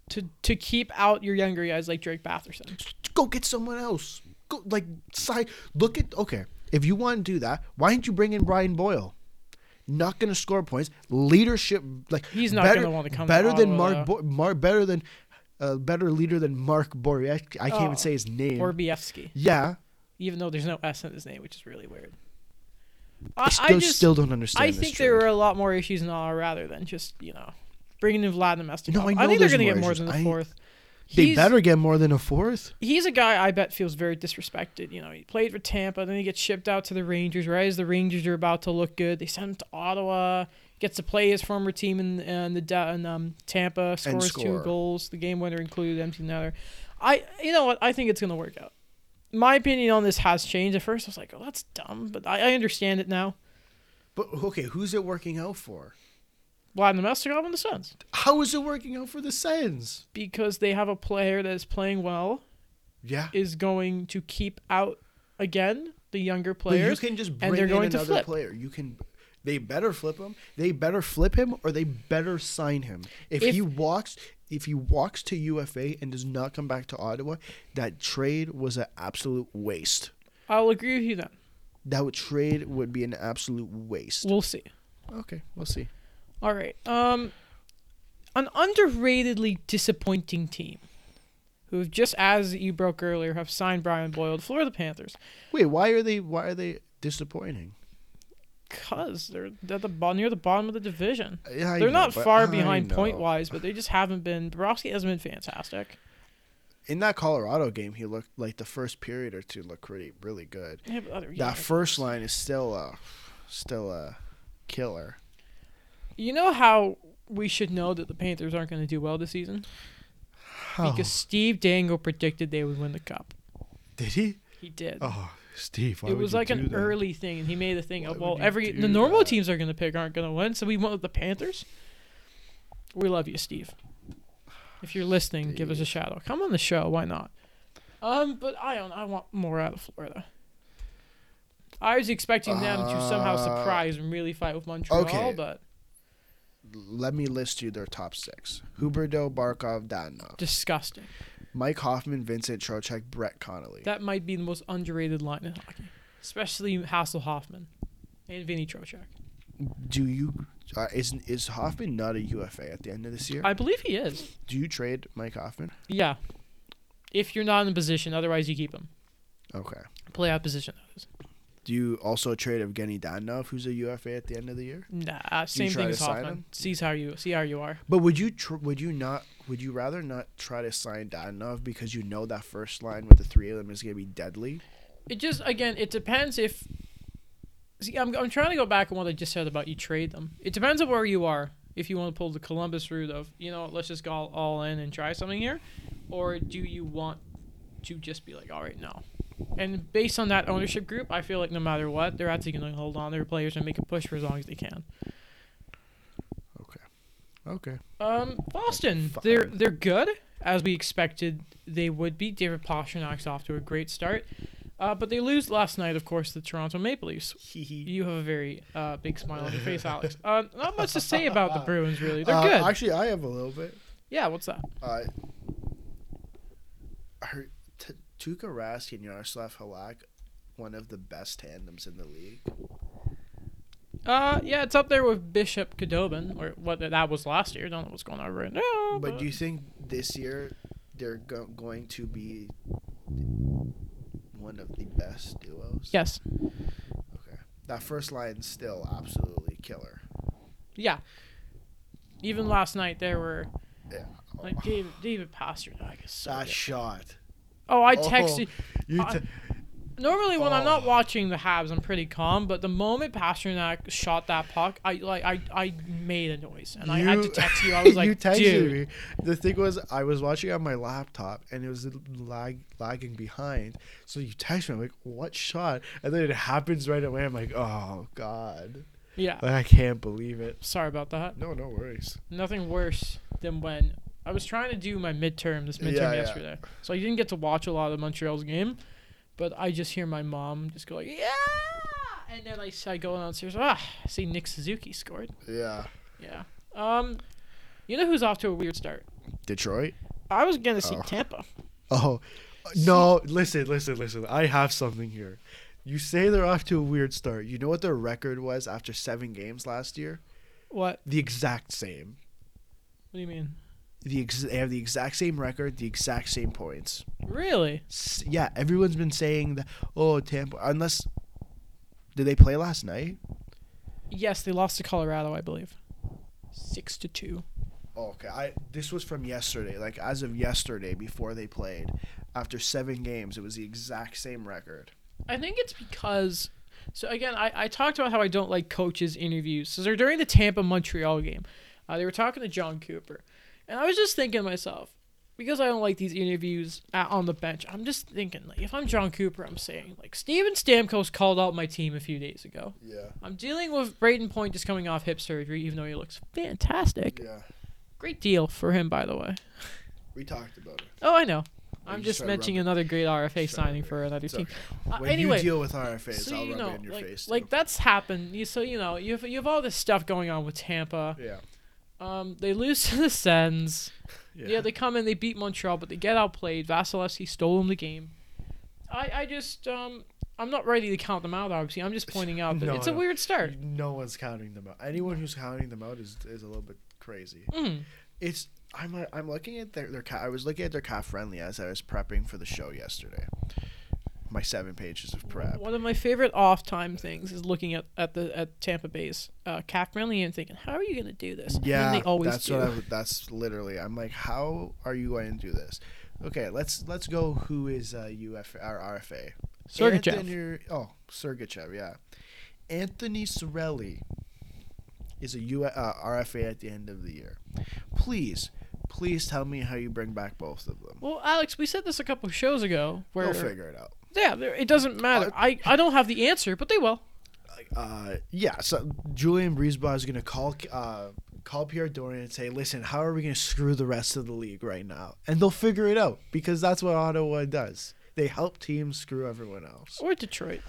to to keep out your younger guys like Drake Batherson.
Go get someone else. Go like side. Look at okay. If you want to do that, why didn't you bring in Brian Boyle? Not going to score points. Leadership like
He's not
better-
gonna wanna come to
better than
Ottawa,
Mark. Bo- Mark better than uh, better leader than Mark Borieski. I can't
Oh.
even say his name.
Or Biefsky,
yeah,
even though there's no S in his name, which is really weird.
I
I,
still,
I just
still don't understand.
I
this
think
trade.
there were a lot more issues in all rather than just you know bringing in Vlad Nemestikov.
No, I know
think they're
there's
gonna
more
get more
issues.
than the
I-
fourth.
They
He's-
better get more than a fourth.
he's a guy I bet feels very disrespected. You know, he played for Tampa, then he gets shipped out to the Rangers. Right as the Rangers are about to look good, they send him to Ottawa. Gets to play his former team in, in the Da- in, um, Tampa, scores
score.
two goals. The game winner included empty netter. I you know what I think it's gonna work out. My opinion on this has changed. At first, I was like, "Oh, that's dumb," but I, I understand it now.
But okay, who's it working out for?
Vladimir Mestikov and the Suns.
How is it working out for the Sens?
because they have a player that is playing well
Yeah,
is going to keep out again the younger
But
players.
you can just bring
and they're going
in
to
another
flip.
player. You can. They better flip him. They better flip him, or they better sign him. If,
If-
he walks, if he walks to UFA and does not come back to Ottawa, that trade was an absolute waste.
I'll agree with you then.
That would trade would be an absolute waste.
We'll see.
Okay, we'll see.
All right. Um, an underratedly disappointing team who have just as you broke earlier have signed Brian Boyle to Florida Panthers
Wait, why are they? Why are they disappointing?
because they're at the bo- near the bottom of the division.
Yeah, I
they're
know,
not
but I
far behind
know.
point wise, but they just haven't been. Bobrovsky hasn't been fantastic.
In that Colorado game, he looked like the first period or two looked pretty, really good.
They have other- yeah.
That first line is still a, still a killer.
You know how we should know that the Panthers aren't going to do well this season?
How?
Because Steve Dangle predicted they would win the cup.
Did he?
He did.
Oh, Steve,
it was like an early thing, and he made a thing
Why
of,
would
well,
you
every
do
the normal
that?
teams are going to pick aren't going to win, so we went with the Panthers. We love you, Steve. If you're listening, give us a shout out. Come on the show, why not? Um, but I don't. I want more out of Florida. I was expecting them to somehow
Uh,
surprise and really fight with Montreal,
okay.
but
Let me list you their top six: Huberdeau, Barkov, Danov,
disgusting.
Mike Hoffman, Vincent Trocheck, Brett Connolly.
That might be the most underrated line in hockey, especially Hassel Hoffman and Vinny Trochak.
Do you uh, is is Hoffman not a UFA at the end of this year?
I believe he is.
Do you trade Mike Hoffman?
Yeah. If you're not in a position, otherwise you keep him.
Okay.
Play out position.
Do you also trade Evgeny Danov, who's a UFA at the end of the year?
Nah, same
try
thing
to
as
sign
Hoffman.
him?
Sees how you see how you are.
But would you tr- would you not would you rather not try to sign Danov because you know that first line with the three of them is gonna be deadly?
It just again, it depends if. See, I'm I'm trying to go back on what I just said about you trade them. It depends on where you are if you want to pull the Columbus route of, you know, what, let's just go all, all in and try something here, or do you want to just be like, all right, no. And based on that ownership group, I feel like no matter what, they're actually going to hold on to their players and make a push for as long as they can.
Okay.
Um, Boston, they're
Fine.
they're good as we expected they would be. David Pasternak's off to a great start, uh, but they lose last night, of course, to the Toronto Maple Leafs. You have a very uh, big smile on your face, Alex. Uh, not much to say about the Bruins, really. They're
Uh,
good.
Actually, I have a little bit.
yeah, what's that?
Uh, her, t- Tuka Rask and Yaroslav Halak, one of the best tandems in the league.
Uh, yeah, it's up there with Bishop Kadobin, or what that was last year. Don't know what's going on right now.
But do you think this year they're go- going to be one of the best duos?
yes,
That first line's still absolutely killer.
yeah. Even last night, there were
Yeah.
like David David Pasternak is so.
that
good.
shot.
oh, I
Oh.
texted.
You
I-
t-
Normally, when I'm not
Oh.
watching the Habs, I'm pretty calm. But the moment Pasternak shot that puck, I like I, I made a noise, and I had to text you. I was like,
you texted
dude,
me. The thing was, I was watching on my laptop and it was lag, lagging behind. So you text me, I'm like, what shot? And then it happens right away. I'm like, oh, God.
yeah.
Like, I can't believe it.
Sorry about that.
No, no worries.
Nothing worse than when I was trying to do my midterm this midterm
Yeah, yeah.
yesterday, so I didn't get to watch a lot of Montreal's game. But I just hear my mom just go like, yeah, and then I, s- I go downstairs. Ah, I see Nick Suzuki scored.
Yeah.
Yeah. Um, you know who's off to a weird start?
Detroit?
I was gonna see
Oh.
Tampa.
Oh, no. Listen, listen, listen. I have something here. You say they're off to a weird start. You know what their record was after seven games last year?
What?
The exact same.
What do you mean?
The ex- they have the exact same record, the exact same points.
Really?
S- yeah, everyone's been saying that. Oh, Tampa. Unless, did they play last night?
Yes, they lost to Colorado, I believe. Six to two.
Oh, okay. I this was from yesterday. Like as of yesterday, before they played, after seven games, it was the exact same record.
I think it's because. So again, I, I talked about how I don't like coaches' interviews. So they're during the Tampa Montreal game. Uh, they were talking to John Cooper, and I was just thinking to myself, because I don't like these interviews at, on the bench. I'm just thinking, like, if I'm John Cooper, I'm saying like Steven Stamkos called out my team a few days ago.
Yeah.
I'm dealing with Braden Point just coming off hip surgery, even though he looks fantastic.
Yeah.
Great deal for him, by the way.
We talked about it.
Oh, I know. I'm
you
just
start
mentioning
rubbing-
another great RFA
start
signing
rubbing.
for another
It's
team. Uh,
When
anyway,
you deal with RFAs,
so
I'll
you
rub
know,
it in your
like,
face.
like
too.
that's happened. You so you know you have you have all this stuff going on with Tampa.
Yeah.
Um, they lose to the Sens.
Yeah.
Yeah. they come in, they beat Montreal, but they get outplayed. Vasilevsky stole them the game. I I just um I'm not ready to count them out. Obviously, I'm just pointing out that
No,
it's a
no.
weird start.
no one's counting them out. Anyone who's counting them out is is a little bit crazy.
Mm.
It's I'm uh, I'm looking at their their ca- I was looking at their cat friendly as I was prepping for the show yesterday. My seven pages of prep.
One of my favorite off time things is looking at, at the at Tampa Bay's uh, cap friendly and thinking, how are you going to do this? And
Yeah,
then they always
that's
do.
what I. would- That's literally. I'm like, how are you going to do this? Okay, let's let's go. Who is uh, UF or RFA?
Sergachev.
Anthony, oh, Sergachev. Yeah, Anthony Sorelli is a U, uh, RFA at the end of the year. Please, please tell me how you bring back both of them.
Well, Alex, we said this a couple of shows ago. Where
We'll figure it out.
yeah, there- it doesn't matter. I, I don't have the answer, but they will.
Uh, yeah. So Julian Breezeball is going to call. Uh, Call Pierre Dorian and say, "Listen, how are we going to screw the rest of the league right now?" And they'll figure it out because that's what Ottawa does. They help teams screw everyone else.
Or Detroit.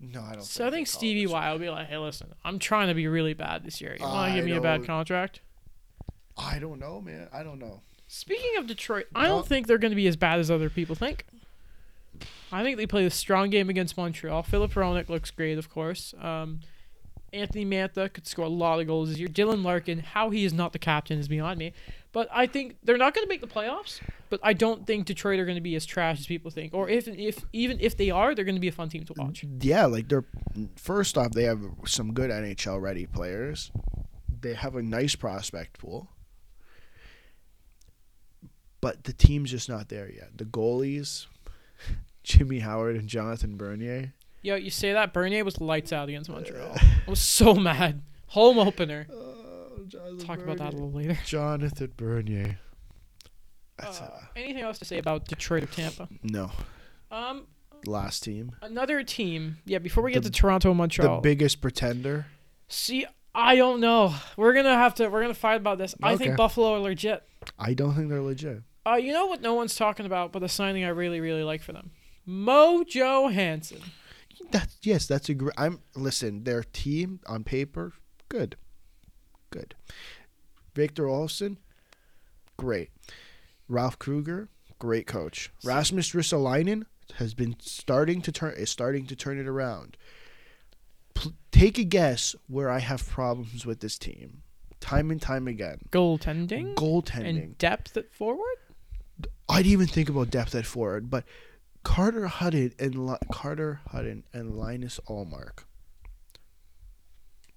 No, I don't.
So I
they
think
call
Stevie
this.
Y will be like, hey, listen, I'm trying to be really bad this year. You want
I
to give me a bad
don't-
contract?
I don't know, man. I don't know.
Speaking of Detroit, I don't
Don't-
think they're going to be as bad as other people think. I think they play a strong game against Montreal. Philip Ronick looks great, of course. Um, Anthony Mantha could score a lot of goals this year. Dylan Larkin, how he is not the captain is beyond me. But I think they're not going to make the playoffs. But I don't think Detroit are going to be as trash as people think. Or if if even if they are, they're going to be a fun team to watch.
Yeah, like they're first off, they have some good NHL ready players. They have a nice prospect pool, but the team's just not there yet. The goalies, Jimmy Howard and Jonathan Bernier.
Yo, you say that Bernier was lights out against Montreal. I was so mad. Home opener.
Uh, Jonathan
Talk about that a
Bernier.
little later.
Jonathan Bernier.
That's,
Uh,
uh,
anything else to say about Detroit or Tampa?
no,
Um,
last team,
another team. Yeah, before we get
The-
to Toronto and Montreal.
the biggest pretender.
See, I don't know. We're gonna have to. We're gonna fight about this. I
Okay.
think Buffalo are legit.
I don't think they're legit.
Uh, you know what? No one's talking about, but the signing I really, really like for them. Mo Johansson.
That's yes, that's a great. I'm listen. Their team on paper, good, good. Victor Olsen, great. Ralph Kruger, great coach. Rasmus Ristolainen has been starting to turn is starting to turn it around. Pl- take a guess where I have problems with this team, time and time again.
Goaltending
Goaltending.
and depth at forward.
I'd even think about depth at forward, but Carter Hutton and Li- Carter Hutton and Linus Allmark.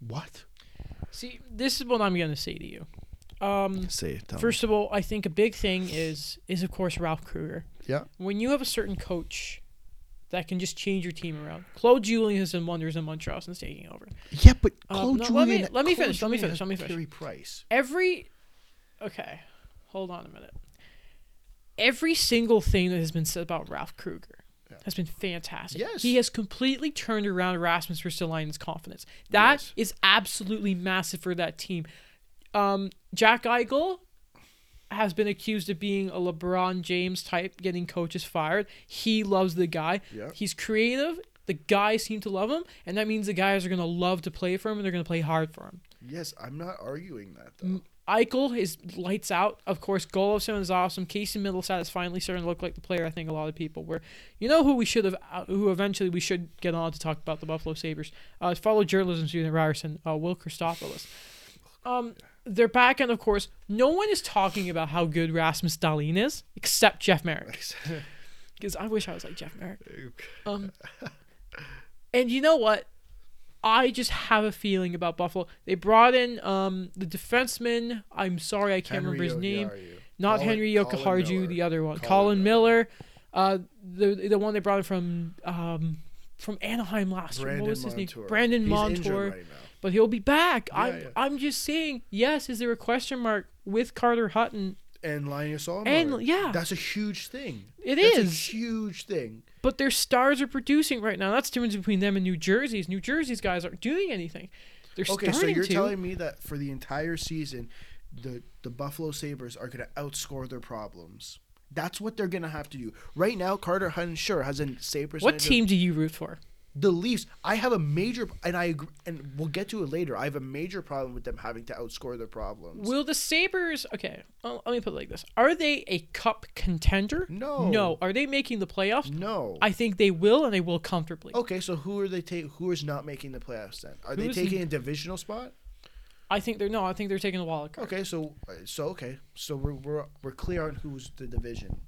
What?
See, this is what I'm gonna say to you. Um,
Say it. Tom.
First of all, I think a big thing is is of course Ralph Kruger.
Yeah.
When you have a certain coach that can just change your team around. Claude Julien has done wonders in Montreal since taking over.
yeah, but
Uh,
Claude
no, let me-
Julien.
let me
Claude
finish, let me
Julien
finish,
has
let me finish.
Carey Price.
Every okay, hold on a minute. Every single thing that has been said about Ralph Kruger
Yeah.
has been fantastic.
Yes.
He has completely turned around Rasmus Ristolainen's confidence. That is
Yes.
absolutely massive for that team. Um, Jack Eichel has been accused of being a LeBron James type, getting coaches fired. He loves the guy.
Yeah.
He's creative. The guys seem to love him, and that means the guys are going to love to play for him and they're going to play hard for him.
Yes, I'm not arguing that though.
Eichel is lights out. Of course, Golovson is awesome. Casey Middlestat is finally starting to look like the player I think a lot of people were. You know who we should have, uh, who eventually we should get on to talk about the Buffalo Sabres. Uh, follow journalism student Ryerson, uh, Will Christopoulos. Um, their back end, of course, no one is talking about how good Rasmus Dahlin is except Jeff Merrick. Because I wish I was like Jeff Merrick. Um, and you know what? I just have a feeling about Buffalo. They brought in um, the defenseman. I'm sorry, I can't remember his name. Not
Colin-
Henry
Colin
Yokoharju,
Miller.
the other one.
Colin
Colin Miller, uh, the the one they brought in from um, from Anaheim last year. What was his name? Brandon Montour. But he'll be back.
Yeah,
I'm
yeah.
I'm just saying. Yes, is there a question mark with Carter Hutton?
And Linus Allmark.
And- yeah.
That's a huge thing.
It
That's a
is.
huge thing.
But their stars are producing right now. That's the difference between them and New Jersey's. New Jersey's guys aren't doing anything. They're
Okay, so
starting
you're
to.
telling me that for the entire season, the the Buffalo Sabers are going to outscore their problems. That's what they're going to have to do. Right now, Carter Hutton sure has a save percentage.
what
of-
team do you root for?
The Leafs. I have a major, and I agree, and we'll get to it later. I have a major problem with them having to outscore their problems.
Will the Sabres. Okay, well, let me put it like this Are they a cup contender?
No.
No. Are they making the playoffs?
no.
I think they will, and they will comfortably.
okay, so who are they taking? Who is not making the playoffs then? Are they
Who's-
taking a divisional spot?
I think they're. No, I think they're taking the wild card.
Okay, so so okay, so we're we're we're clear on who's the division,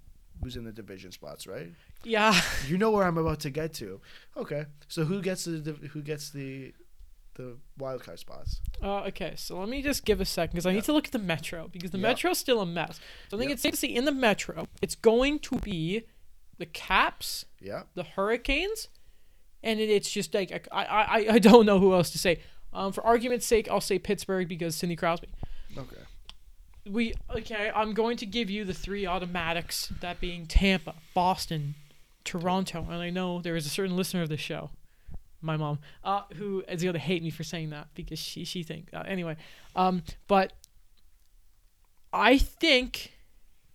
who's in the division spots, right?
Yeah.
You know where I'm about to get to. Okay, so who gets the div- who gets the the wild card spots?
Uh, okay, so let me just give a second because I need to look at the Metro because the
Yeah.
Metro's still a mess. So I think
Yeah.
it's safe to say in the Metro, it's going to be the Caps,
Yeah,
the Hurricanes, and it, it's just like I, I I- I don't know who else to say. Um, for argument's sake, I'll say Pittsburgh because Cindy Crosby.
okay,
We okay. I'm going to give you the three automatics, that being Tampa, Boston, Toronto, and I know there is a certain listener of this show, my mom, uh, who is going to hate me for saying that because she she think uh, anyway. Um, but I think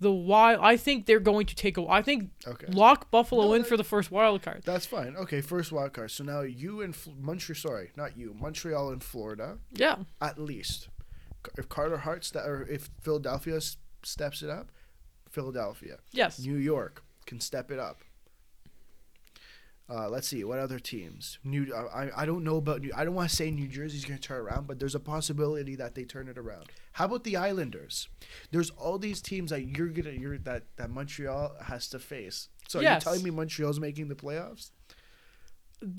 the wild. I think they're going to take a. I think
okay.
lock Buffalo
No,
in
that-
for the first wild card.
That's fine. Okay, first wild card. So now you and F- Montreal, sorry, not you, Montreal and Florida,
Yeah.
at least. If Carter Hart's that, or if Philadelphia s- steps it up, Philadelphia,
Yes.
New York can step it up. Uh, let's see what other teams. New, uh, I, I- I don't know about New. I don't want to say New Jersey's going to turn around, but there's a possibility that they turn it around. How about the Islanders? There's all these teams that you're gonna you're that that Montreal has to face. So are you
Yes.
telling me Montreal's making the playoffs?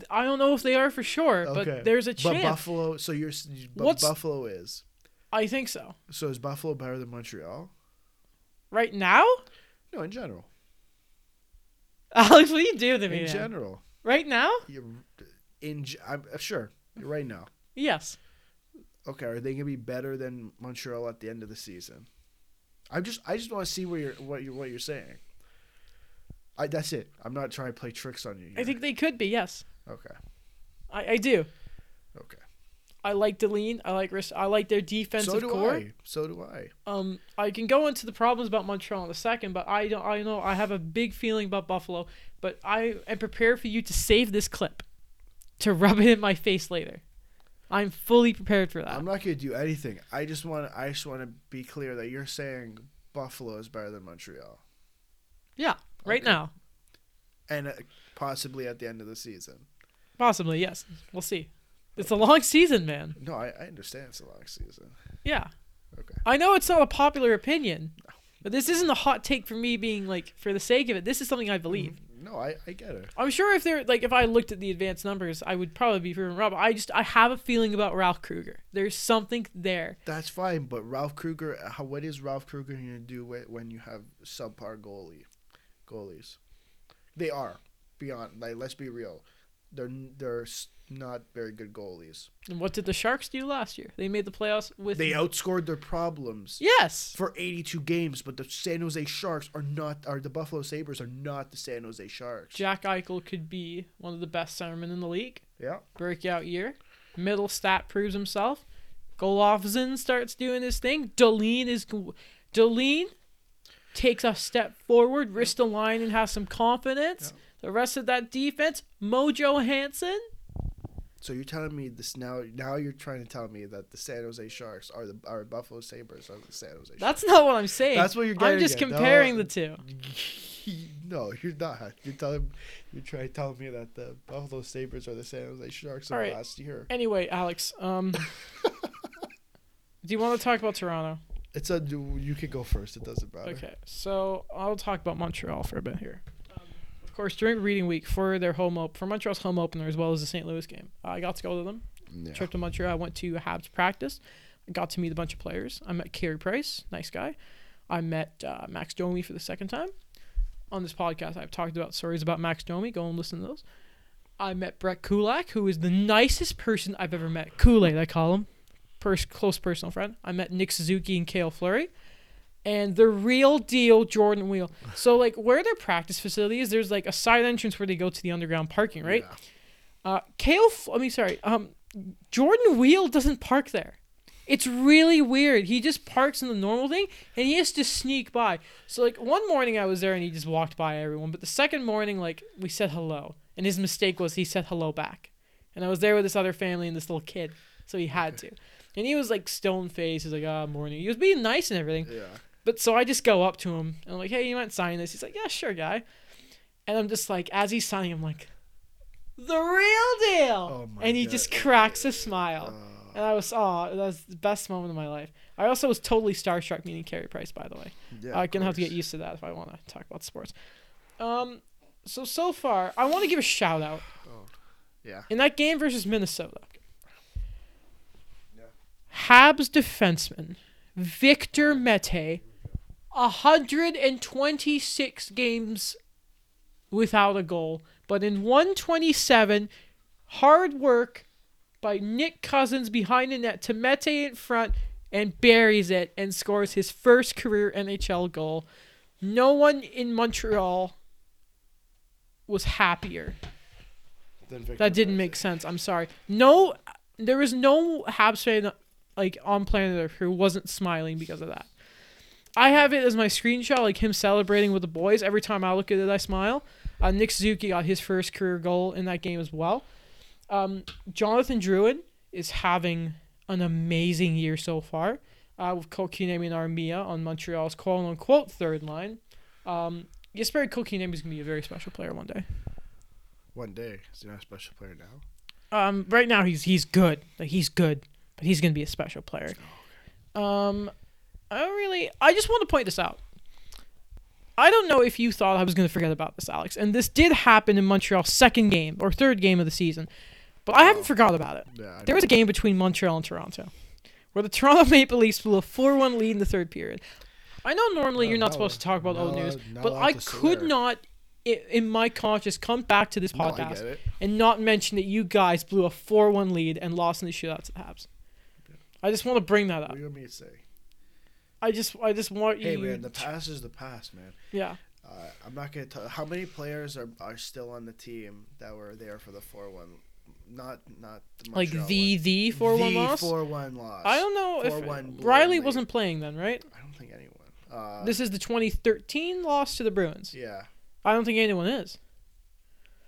I don't know if they are for sure,
Okay.
but there's a
But
chance.
Buffalo, so you're s- but
What's-
Buffalo is.
I think so.
So is Buffalo better than Montreal?
Right now,
No, in general.
Alex, what do you do to me?
In
man?
general,
Right now,
you in ge- I'm uh, sure right now.
yes.
okay, are they gonna be better than Montreal at the end of the season? I just I just want to see where you're what you are what you're saying. I that's it. I'm not trying to play tricks on you.
I
here.
think they could be. Yes,
okay,
I, I do.
okay.
I like Deline. I like Riss. I like their defensive
So do
core.
I. So do I.
Um, I can go into the problems about Montreal in a second, but I don't. I know I have a big feeling about Buffalo, but I am prepared for you to save this clip, to rub it in my face later. I'm fully prepared for that.
I'm not gonna do anything. I just want I just want to be clear that you're saying Buffalo is better than Montreal,
yeah, right
Okay.
now,
and uh, possibly at the end of the season.
possibly yes. We'll see. It's a long season, man.
No, I, I understand it's a long season.
Yeah.
Okay.
I know it's not a popular opinion, but this isn't a hot take for me being like for the sake of it. This is something I believe.
No, I, I get it.
I'm sure if they're like if I looked at the advanced numbers, I would probably be proven wrong. but I just I have a feeling about Ralph Kruger. There's something there.
That's fine, but Ralph Kruger, how what is Ralph Kruger gonna do whe- when you have subpar goalie, goalies? They are beyond. Like let's be real, they're n- they're s- not very good goalies.
And what did the Sharks do last year? They made the playoffs with
They outscored their problems
Yes.
for 82 games, but the San Jose Sharks are not. Are the Buffalo Sabers are not the San Jose Sharks?
Jack Eichel could be one of the best centermen in the league.
yeah,
Breakout year. Middle stat proves himself. Golovzin starts doing his thing. Deline is Deline takes a step forward, wrist the line and has some confidence. The rest of that defense, Mojo Hansen.
So you're telling me this now? Now you're trying to tell me that the San Jose Sharks are the are Buffalo Sabers are the San Jose.
That's not what I'm saying.
That's what you're getting
I'm just
at.
comparing
No.
the two.
no, you're not. You're telling you're trying to tell me that the Buffalo Sabres are the San Jose Sharks of
All right.
last year.
Anyway, Alex, um, do you want to talk about Toronto?
It's a you could go first. It doesn't matter.
Okay, so I'll talk about Montreal for a bit here. Of course, during reading week for their home op- for Montreal's home opener as well as the St. Louis game, I got to go to them.
Yeah.
Trip to Montreal, I went to Habs practice. I got to meet a bunch of players. I met Carey Price, nice guy. I met uh, Max Domi for the second time. On this podcast, I've talked about stories about Max Domi. Go and listen to those. I met Brett Kulak, who is the nicest person I've ever met. Kool-Aid, I call him. Pers- close personal friend. I met Nick Suzuki and Kale Flurry. And the real deal, Jordan Wheel. So, like, where their practice facility is, there's like a side entrance where they go to the underground parking, right?
Yeah.
Uh, Kale, F- I mean, sorry, um, Jordan Wheel doesn't park there. It's really weird. He just parks in the normal thing, and he has to sneak by. So like one morning I was there, and he just walked by everyone. But the second morning, like we said hello, and his mistake was he said hello back, and I was there with this other family and this little kid, so he had to. And he was like stone faced. He's like, ah, morning. He was being nice and everything.
Yeah.
But so I just go up to him and I'm like, hey, you mind signing this? He's like, yeah, sure, guy. And I'm just like, as he's signing, I'm like, the real deal.
Oh my
and he
God.
just cracks a smile.
Uh,
and I was, oh, that was the best moment of my life. I also was totally starstruck meeting Carey Price, by the way.
yeah.
I'm
of
gonna have to
course.
get used to that if I want to talk about sports. Um, so so far, I want to give a shout out.
Oh, yeah.
In that game versus Minnesota,
Yeah.
Habs defenseman Victor Mete, hundred and twenty six games without a goal, but in one twenty seven, hard work by Nick Cousins behind the net to Mete in front and buries it and scores his first career NHL goal. No one in Montreal was happier.
Then Victor
That didn't
Mete.
make sense. I'm sorry. No, there was no Habs fan like on planet Earth who wasn't smiling because of that. I have it as my screenshot, like him celebrating with the boys. Every time I look at it, I smile. Uh, Nick Suzuki got his first career goal in that game as well. Um, Jonathan Druin is having an amazing year so far uh, with Kokinemi and Armia on Montreal's quote unquote third line. Um, Jesper Kokinemi is going to be a very special player one day.
One day. Is he not a special player now?
Um, right now he's he's good. Like he's good, but he's gonna be a special player.
Oh,
Um, I don't really. I just want to point this out. I don't know if you thought I was gonna forget about this, Alex, and this did happen in Montreal's second game or third game of the season, but I
Oh.
haven't forgot about it.
Yeah. I
There was a game between Montreal and Toronto, where the Toronto Maple Leafs blew a four-one lead in the third period. I know normally
No,
you're not
no,
supposed to talk about
not
old news,
allowed- not
but
allowed
I
to
could
swear.
not, i- in my conscience, come back to this
No, I
podcast
get it.
and not mention that you guys blew a 4 1 lead and lost in the shootout to the Habs. I just want to bring that up.
What do you want me to say?
I just I just want
Hey
you.
man, the past is the past, man.
yeah.
Uh, I'm not gonna tell how many players are, are still on the team that were there for the four one, not not the
Like
Montreal
the the four one loss.
four one loss.
I don't know if
4-1 blown
Riley
lead.
wasn't playing then, right?
I don't think anyone. Uh,
this is the 2013 loss to the Bruins.
yeah,
I don't think anyone is.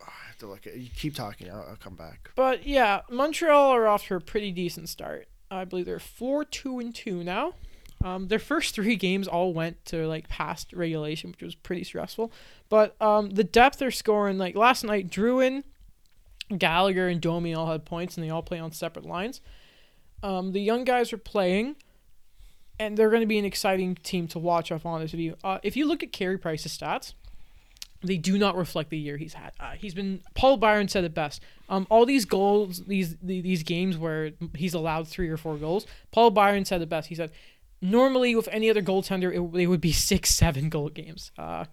I have to look. At, you keep talking. I'll, I'll come back.
But yeah, Montreal are off to a pretty decent start. I believe they're four two and two now. Um, their first three games all went to like past regulation, which was pretty stressful. But um, the depth they're scoring, like last night, Druin, Gallagher, and Domi all had points, and they all play on separate lines. Um, the young guys are playing, and they're going to be an exciting team to watch. Off honest with you, uh, if you look at Carey Price's stats, they do not reflect the year he's had. Uh, he's been Paul Byron said it best. Um, all these goals, these the- these games where he's allowed three or four goals. Paul Byron said it best. He said, normally with any other goaltender, it, they would be six, seven goal games. Uh,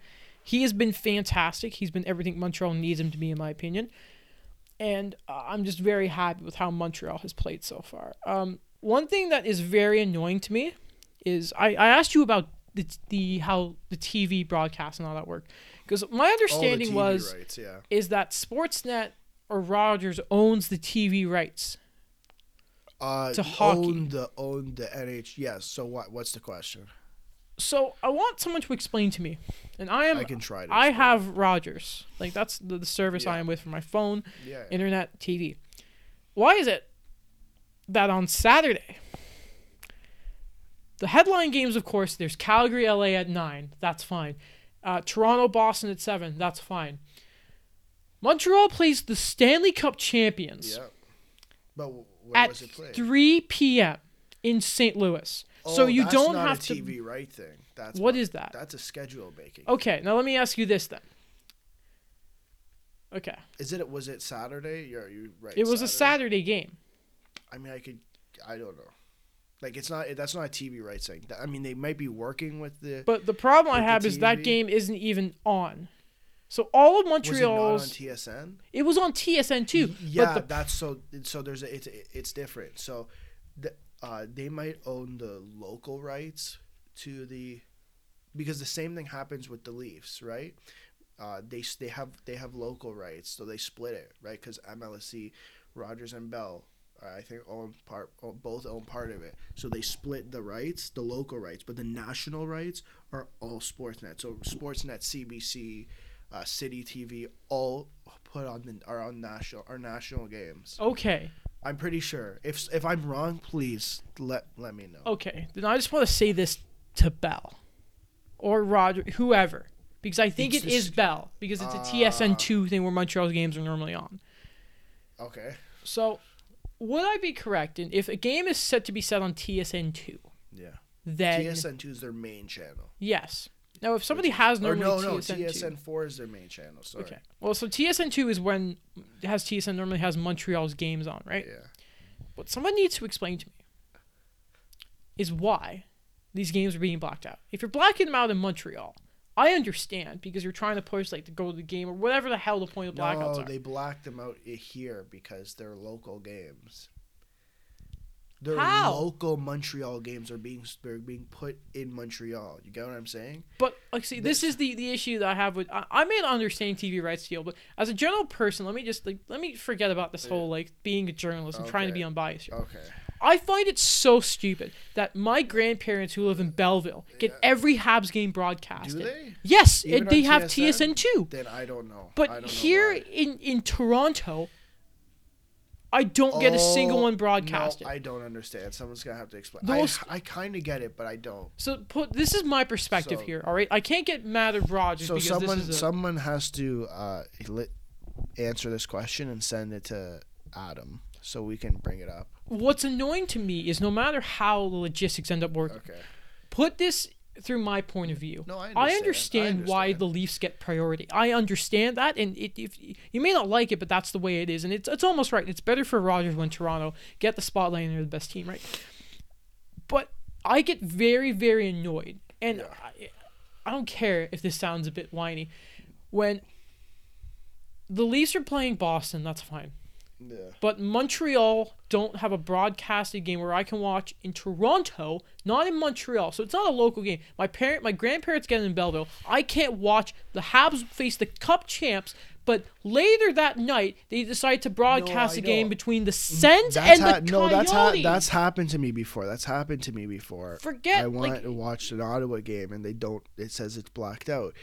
he has been fantastic. He's been everything Montreal needs him to be, in my opinion. And uh, I'm just very happy with how Montreal has played so far. Um, one thing that is very annoying to me is I, I asked you about the, the how the TV broadcast and all that worked because my
All Oh, the
understanding
TV
was
rights, yeah.
is that Sportsnet or Rogers owns the TV rights.
Uh,
to hockey.
Own the own the NH. Yes. So what? What's the question?
So I want someone to explain to me, and I am
I can try to.
I
explain.
have Rogers. Like that's the, the service I
Yeah.
am with for my phone,
Yeah.
internet, TV. Why is it that on Saturday the headline games, of course, there's Calgary, LA at nine. That's fine. Uh, Toronto, Boston at seven. That's fine. Montreal plays the Stanley Cup champions.
yeah. But w- where
at
was it played?
3 p.m. in St. Louis. so
Oh,
you
that's
don't
not
have
a
to.
TV right thing. That's
What
my-
is that? Oh.
That's a schedule making.
Okay, now let me ask you this then. Okay,
Is it? Was it Saturday? You're you right.
it was a Saturday game.
I mean, I could. I don't know. Like it's not. That's not a TV rights thing. Th- I mean, they might be working with the.
But the problem I
With the
have is that
TV?
game isn't even on. So all
was it not
of
on
Montreal's.
TSN?
It was on, TSN too.
Yeah,
but the,
that's so. So there's a, it's it's different. So, the, uh, they might own the local rights to the, because the same thing happens with the Leafs, right? Uh, they s- they have they have local rights, so they split it, right? Because MLSC, Rogers and Bell, uh, I think own part o- both own part of it, so they split the rights, the local rights, but the national rights are all Sportsnet. So Sportsnet, CBC, uh, City TV, all put on the are on national are national
Oh.
games.
okay,
I'm pretty sure. If if I'm wrong, please let let me know.
okay. Then I just want to say this to Bell, or Roger, whoever, because I think
It's
it's
the s-
Bell because it's a
Ah.
TSN two thing where Montreal's games are normally on.
Okay.
So, would I be correct in if a game is set to be set on TSN two,
Yeah.
then
TSN two is their main channel.
yes. Now, if somebody has
Or
normally
no, no,
TSN,
TSN
two,
four is their main channel. Sorry.
okay. Well, so TSN two is when it has TSN normally has Montreal's games on, right?
Yeah.
What someone needs to explain to me is why these games are being blocked out. If you're blocking them out in Montreal, I understand because you're trying to push like to go to the game or whatever the hell the point of blackouts
no,
are.
they blacked them out i- here because they're local games. Their
How?
local Montreal games are being they're being put in Montreal. You get what I'm saying?
But like, see, this is the the issue that I have with I, I may not understand TV rights deal, but as a general person, let me just like let me forget about this whole like being a journalist and trying to
Okay.
be unbiased. Here.
Okay.
I find it so stupid that my grandparents who live in Belleville get
Yeah.
every Habs game broadcasted.
Do they?
Yes,
Even
it, they
on
have
TSN?
TSN too.
Then I don't know. I don't
But
know
here
why.
in in Toronto, I don't get a single
Oh,
one broadcasted.
No, I don't understand. Someone's gonna have to explain.
Those-
I, I kind of get it, but I don't.
so put this is my perspective
So-
here. All right, I can't get mad at Rogers
So
because
someone
this is a,
someone has to uh, li- answer this question and send it to Adam so we can bring it up.
what's annoying to me is no matter how the logistics end up working,
Okay.
put this through my point of view.
No, I
I
understand.
understand
I
why
understand.
the Leafs get priority. I understand that, and it, if you may not like it, but that's the way it is, and it's it's almost right. It's better for Rogers when Toronto get the spotlight and they're the best team, right? But I get very very annoyed, and
Yeah.
I, I don't care if this sounds a bit whiny, when the Leafs are playing Boston. That's fine.
Yeah.
But Montreal don't have a broadcasted game where I can watch in Toronto, not in Montreal. So it's not a local game. My parent, my grandparents get it in Belleville. I can't watch the Habs face the Cup champs. But later that night, they decide to broadcast
I
a game
know.
between the Sens
Mm, That's
and
ha-
the
no, that's ha-
Coyotes.
that's happened to me before. That's happened to me before.
Forget,
I want
like-
to watch an Ottawa game and they don't. It says it's blacked out.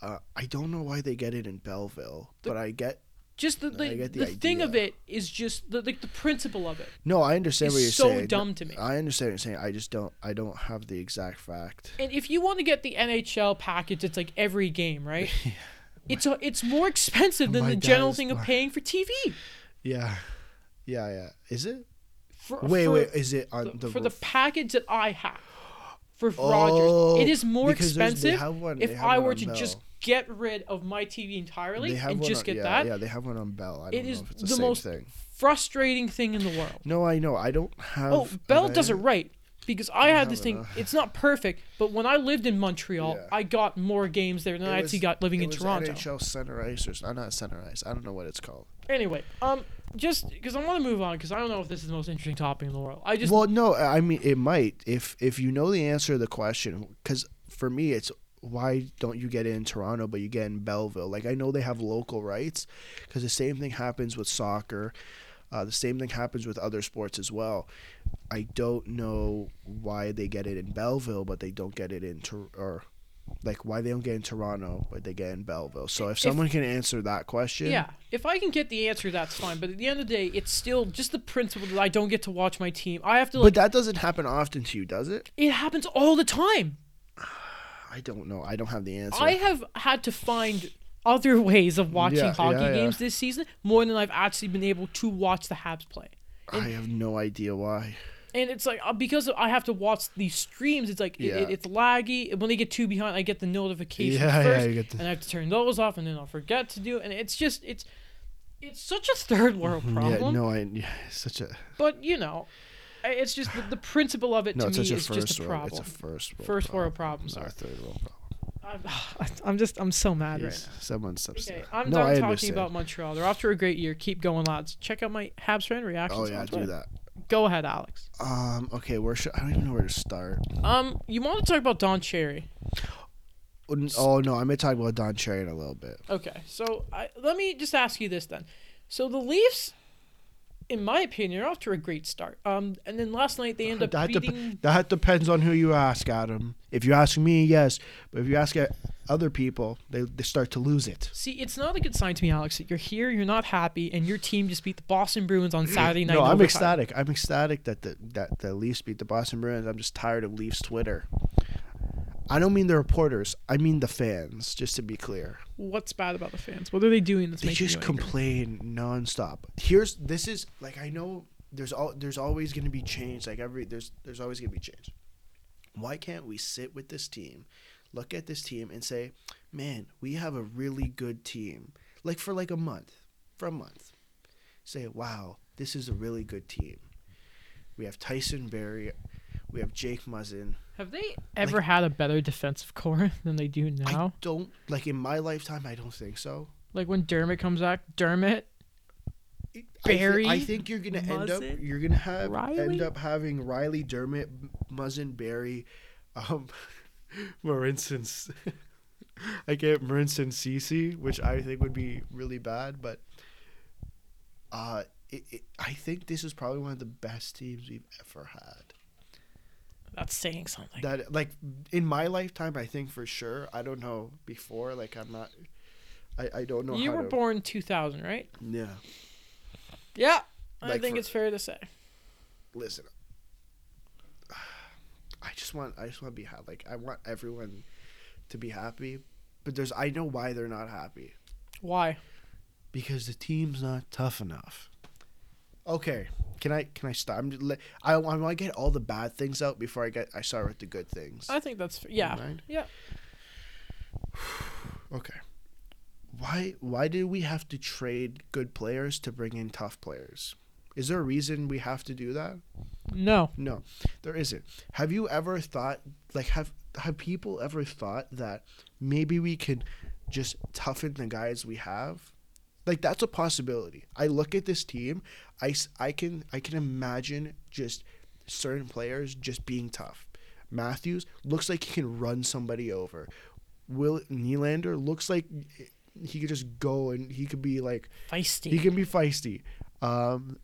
Uh, I don't know why they get it in Belleville, but I get
just the
I
the,
get the
the thing of
idea.
it is just the like the principle of it.
no. I understand
It's
what you're
so
saying.
dumb to me.
I understand what you're saying. I just don't. I don't have the exact fact.
And if you want to get the NHL package, it's like every game, right? It's a, it's more expensive than
Oh My
the
dad
general
is
thing of
smart.
paying for TV.
Yeah, yeah, yeah. Is it?
For,
Wait,
for,
wait. Is it on the
for the package that I have for
Oh,
Rogers, it is more
because there's- they
expensive
have one- they
if
have
I
one
were
on
to just
Bell.
get rid of my TV entirely
They have
and
one
just
on-
get
yeah,
that.
Yeah, they have one on Bell. I don't
it
know
is
if it's
the,
the, same
most
thing.
frustrating thing in the world.
No, I know. I don't have.
Oh, Bell
I-
does it right because I had this
have
thing.
enough.
It's not perfect, but when I lived in Montreal,
Yeah.
I got more games there than I
It was-
actually got living
it
in
was
Toronto.
NHL Center Ice or not, not Center Ice. I don't know what it's called.
Anyway, um, just because I want to move on because I don't know if this is the most interesting topic in the world. I just
well, no, I mean it might if if you know the answer to the question. Because for me, it's why don't you get it in Toronto but you get in Belleville? Like I know they have local rights, because the same thing happens with soccer. Uh, the same thing happens with other sports as well. I don't know why they get it in Belleville, but they don't get it in Tor- or like why they don't get in Toronto, but they get in Belleville. So if someone can answer that question,
yeah, if I can get the answer, that's fine. But at the end of the day, it's still just the principle that I don't get to watch my team. I have to like.
But that doesn't happen often to you, does it?
it happens all the time.
I don't know. I don't have the answer.
I have had to find other ways of watching
Yeah,
hockey
yeah, yeah.
games this season more than I've actually been able to watch the Habs play.
I have no idea why.
and it's like uh, because I have to watch these streams, it's like it,
Yeah.
it, it's laggy. And when they get too behind, I get the notification
Yeah, yeah,
first,
you get the-
and I have to turn those off, and then I'll forget to do. it. And it's just it's it's such a third world
Mm-hmm. Yeah,
problem.
no, I yeah, it's such a
But you know, I- it's just the, the principle of it
no,
to
it's
me
such a
is
first
just a
world.
problem.
It's a first world
First world problem,
It's not
sorry.
a third world problem.
I'm, I'm just I'm so mad right
Jeez, Someone's
now.
upset.
Okay, I'm
no,
done
I
talking
understand.
about Montreal. They're off to a great year. Keep going, lads. Check out my Habs fan reactions.
Oh yeah,
on
do
Twitter.
that.
Go ahead, Alex.
Um, okay, where should I don't even know where to start.
Um, you want to talk about Don Cherry?
Oh, n- Oh no, I'm gonna talk about Don Cherry in a little bit.
Okay, so I, let me just ask you this then. So the Leafs, in my opinion, are off to a great start. Um, and then last night they end up
That, dep-
beating.
that depends on who you ask, Adam. If you ask me, yes, but if you ask uh, other people, they they start to lose it.
See, it's not a good sign to me, Alex. That you're here, you're not happy, and your team just beat the Boston Bruins on Saturday night.
Mm. No,
in
I'm
overtime.
ecstatic. I'm ecstatic that the that the Leafs beat the Boston Bruins. I'm just tired of Leafs Twitter. I don't mean the reporters. I mean the fans. Just to be clear,
What's bad about the fans? What are they doing that's
they
making
just
you angry?
complain nonstop. Here's this is like I know there's all there's always going to be change. Like every there's there's always going to be change. Why can't we sit with this team, look at this team, and say, man, we have a really good team. Like for like a month, for a month, say, wow, this is a really good team. We have Tyson Berry. We have Jake Muzzin.
Have they ever had a better defensive core than they do now?
I don't like in my lifetime. I don't think so.
Like when Dermot comes back, Dermot.
I thi-
Barry,
I, think you're gonna end up.
Muzzin,
You're gonna have
Riley?
end up having Riley Dermott, M- Muzzin, Barry, um, Morinson. I get Morinson Cece, which I think would be really bad, but uh, it, it, I think this is probably one of the best teams we've ever had.
That's saying something.
That like in my lifetime, I think for sure. I don't know before. Like I'm not. I, I don't know.
you
how
were
to,
born 2000, right?
Yeah.
Yeah, I
Like
think
for-
it's fair to say.
listen i just want i just want to be happy like i want everyone to be happy but there's i know why they're not happy
Why?
because the team's not tough enough okay can i can i stop I'm just, li- i, want to get all the bad things out before i get i start with the good things
I think that's Uh, yeah.
mind?
Yeah.
okay why why do we have to trade good players to bring in tough players is there a reason we have to do that
No.
No, there isn't. Have you ever thought like have have people ever thought that maybe we can just toughen the guys we have Like that's a possibility. I look at this team, I, s- I can I can imagine just certain players just being tough. Matthews looks like he can run somebody over. Will Nylander looks like he could just go and he could be like
Feisty.
he can be feisty. Um,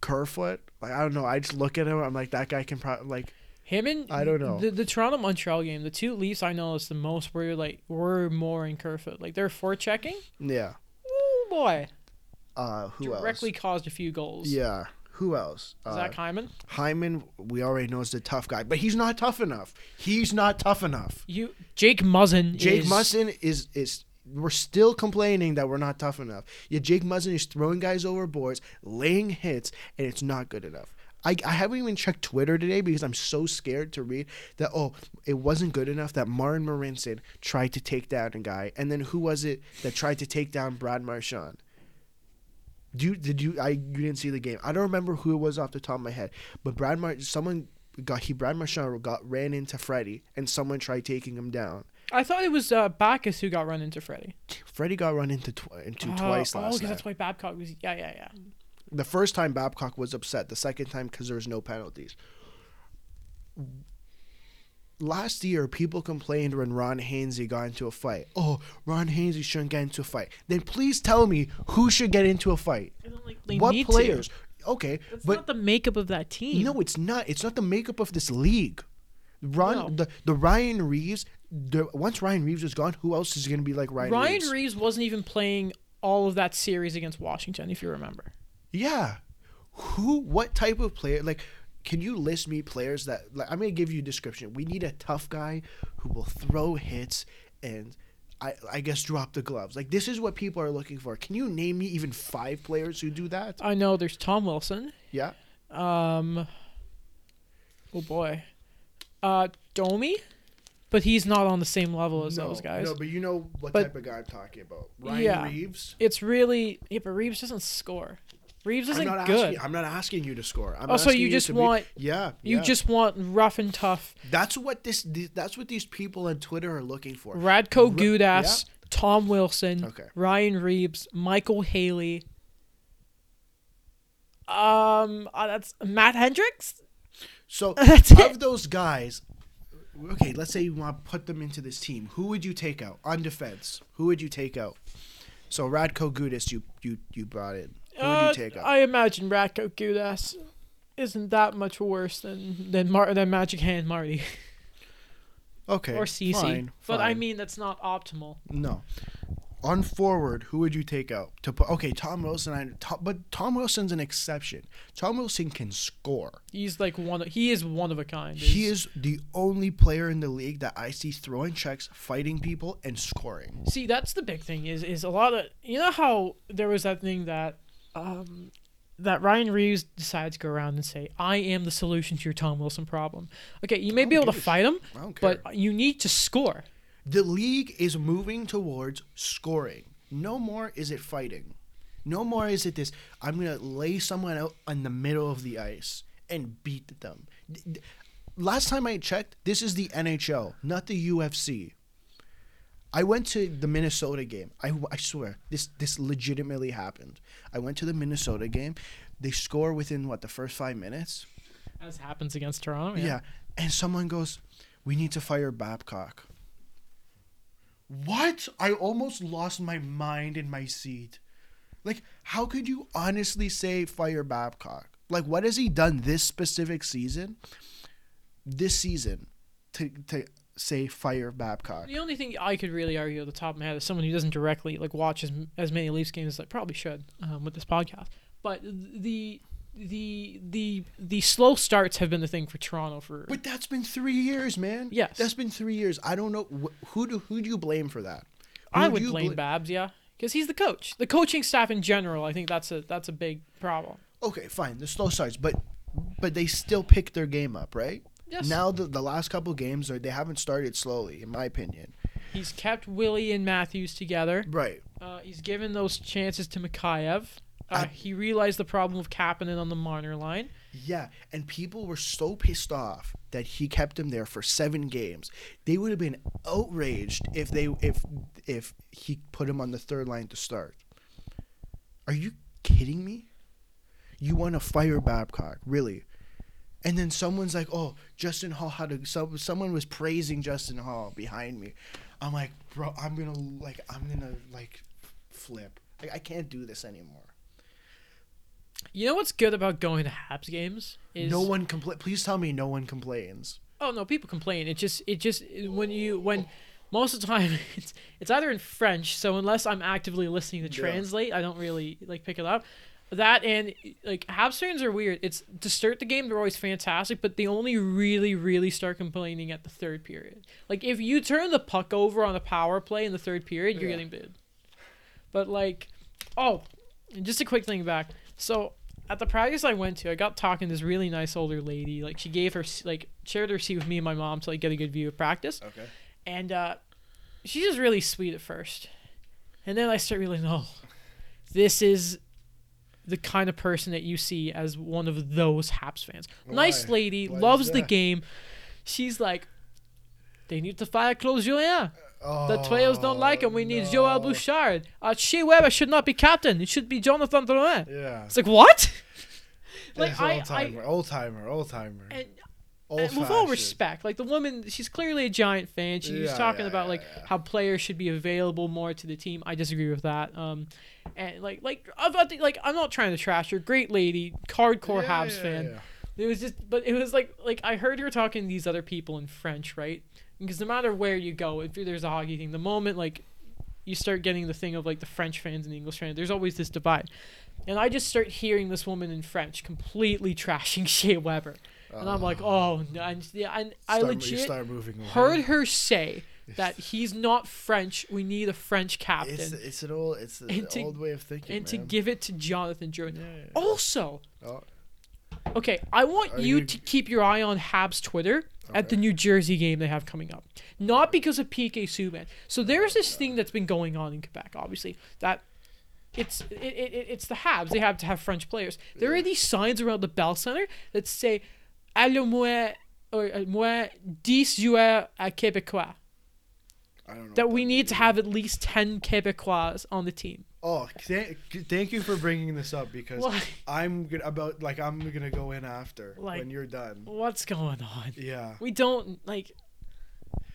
Kerfoot, like I don't know. I just look at him. I'm like that guy can probably like
Him and
I don't know.
the, the Toronto Montreal game. The two Leafs I noticed the most were like were more in Kerfoot. Like they're forechecking.
yeah.
Oh boy,
Uh, who
directly
else?
caused a few goals.
Yeah. Who else? Uh,
Zach Hyman.
Hyman, we already know is the tough guy, but he's not tough enough. He's not tough enough.
You Jake Muzzin.
Jake
is,
Muzzin is is we're still complaining that we're not tough enough. Yet Jake Muzzin is throwing guys overboards, laying hits, and it's not good enough. I, I haven't even checked Twitter today because I'm so scared to read that oh it wasn't good enough that Marin Marinson tried to take down a guy and then who was it that tried to take down Brad Marchand? Do you, did you I you didn't see the game? I don't remember who it was off the top of my head, but Brad Mar someone got he Brad Marchand got ran into Freddie and someone tried taking him down.
I thought it was uh, Bacchus who got run into Freddie.
Freddie got run into tw- into
Oh,
twice
oh,
last
because
night.
that's why Babcock was. Yeah, yeah, yeah.
the first time Babcock was upset. The second time because there was no penalties. Last year, people complained when Ron Hainsey got into a fight. Oh, Ron Hainsey shouldn't get into a fight. Then please tell me who should get into a fight.
I don't, like, they
what
need to.
players? Okay,
That's
but
not the makeup of that team.
No, it's not. It's not the makeup of this league. Ron,
No.
the, the Ryan Reeves. The, once Ryan Reeves is gone, who else is going to be like Ryan?
Ryan
Reeves?
Reeves. wasn't even playing all of that series against Washington, if you remember.
Yeah. Who? What type of player? Like, can you list me players that? Like, I'm gonna give you a description. We need a tough guy who will throw hits and, I I guess drop the gloves. Like, this is what people are looking for. Can you name me even five players who do that?
I know there's Tom Wilson.
Yeah.
Um. Oh boy. Uh, Domi, but he's not on the same level as those guys.
No, but you know what
But-
type of guy I'm talking about. Ryan
Yeah.
Reeves.
It's really yeah, but Reeves doesn't score. Reeves
I'm
isn't
not
good.
asking. I'm not asking you to score. I'm
Oh, so
asking
you just
to be-
want-
yeah.
you
yeah.
just want rough and tough
That's what this. th- That's what these people on Twitter are looking for.
Radko
Re-
Gudas, Tom Wilson,
Okay.
Ryan Reeves, Michael Haley. Um, uh, that's Matt Hendricks.
So
That's
of
it.
those guys, okay, let's say you want to put them into this team. Who would you take out on defense? Who would you take out? So Radko Gudis, you you you brought in. Who would
Uh,
you take out?
I imagine Radko Gudas isn't that much worse than than, Mar- than Magic Hand Marty
okay,
or CC.
fine,
But I
fine.
mean, that's not optimal.
no. On forward, who would you take out to put? Okay, Tom Wilson. I Tom, but Tom Wilson's an exception. Tom Wilson can score.
He's like one. Of, he is one of a kind.
He is the only player in the league that I see throwing checks, fighting people, and scoring.
See, that's the big thing is is a lot of you know how there was that thing that um that Ryan Reeves decides to go around and say, I am the solution to your Tom Wilson problem. Okay, you may be
don't
able to
give a
fight him,
I don't care.
but you need to score.
The league is moving towards scoring. No more is it fighting. No more is it this I'm going to lay someone out in the middle of the ice and beat them. D- d- Last time I checked, this is the NHL, not the UFC. I went to the Minnesota game. I, I swear, this, this legitimately happened. I went to the Minnesota game. They score within, what, the first five minutes?
As happens against Toronto.
Yeah.
Yeah.
And someone goes, We need to fire Babcock. What? I almost lost my mind in my seat. Like, how could you honestly say fire Babcock? Like, what has he done this specific season? This season to, to say fire Babcock.
The only thing I could really argue at the top of my head is someone who doesn't directly like watch as, as many Leafs games as I probably should um, with this podcast. But the the the the slow starts have been the thing for Toronto for
But that's been three years, man.
Yes.
That's been three years. I don't know. Wh- who, do, who do you blame for that? Who
I
do
would
you
blame
bla-
Babs, yeah, because he's the coach. The coaching staff in general, I think that's a that's a big problem.
okay, fine, the slow starts, but but they still pick their game up, right?
Yes.
Now the the last couple games are they haven't started slowly, in my opinion.
He's kept Willie and Matthews together.
Right.
Uh, he's given those chances to Mikhaev. Uh,
I-
he realized the problem of Kapanen on the minor line.
Yeah, and people were so pissed off that he kept him there for seven games. They would have been outraged if they if if he put him on the third line to start. Are you kidding me? You want to fire Babcock, really? And then someone's like, "Oh, Justin Hall had a." So, someone was praising Justin Hall behind me. I'm like, bro, I'm gonna like, I'm gonna like, flip. Like, I can't do this anymore.
You know what's good about going to Habs games is
no one compla- Please tell me no one complains.
Oh no, people complain. It just it just when you when most of the time it's it's either in French, so unless I'm actively listening to
Yeah.
translate, I don't really like pick it up. That and like Habs fans are weird. It's to start the game they're always fantastic, but they only really really start complaining at the third period. Like if you turn the puck over on a power play in the third period, you're
Yeah.
getting bid. But like, oh, and just a quick thing back. So at the practice I went to, I got talking to this really nice older lady. Like she gave her s- like shared her seat with me and my mom to like get a good view of practice.
Okay.
And uh, she's just really sweet at first, and then I start realizing, oh, this is the kind of person that you see as one of those Haps fans. Nice
Why?
lady,
Why is
loves the
that?
game. She's like, they need to fire Claude Julien.
Oh,
The Trails don't like him. We need Joel
no.
Bouchard. Uh, Shea Weber should not be captain. It should be Jonathan Drouin.
Yeah.
It's like what?
Like
like I,
old
I
timer, old timer, old timer.
and, and Uh, with all respect, like the woman, she's clearly a giant fan. She was
Yeah,
talking
yeah,
about
yeah,
like
yeah.
how players should be available more to the team. I disagree with that. Um, and like like about the, like I'm not trying to trash her. Great lady, hardcore Habs fan. It was just, but it was like, like I heard her talking to these other people in French, right? Because no matter where you go, if there's a hockey thing, the moment like you start getting the thing of like the French fans and the English fans, there's always this divide. And I just start hearing this woman in French completely trashing Shea Weber, and I'm like, oh no, and, yeah, and I legit
start moving away.
heard her say that he's not French. We need a French captain,
It's it's an old it's an
And to-
old way of thinking.
and to
man.
give it to Jonathan Drouin.
Yeah, yeah, yeah.
Also,
Oh,
Okay, I want
Are
you
you-
to keep your eye on Habs Twitter at the New Jersey game they have coming up. Not because of PK Subban. So there's this thing that's been going on in Quebec, obviously, that it's it, it, it- it's the Habs. They have to have French players. There are these signs around the Bell Center that say "Allez moins or uh, moins 10 joueurs à Québécois."
I don't know.
That
what
we need to
means.
have at least 10 Québécois on the team.
Oh, thank, thank you for bringing this up because
Why?
I'm gonna about like I'm gonna go in after
Like-
when you're done.
What's going on?
Yeah.
We don't like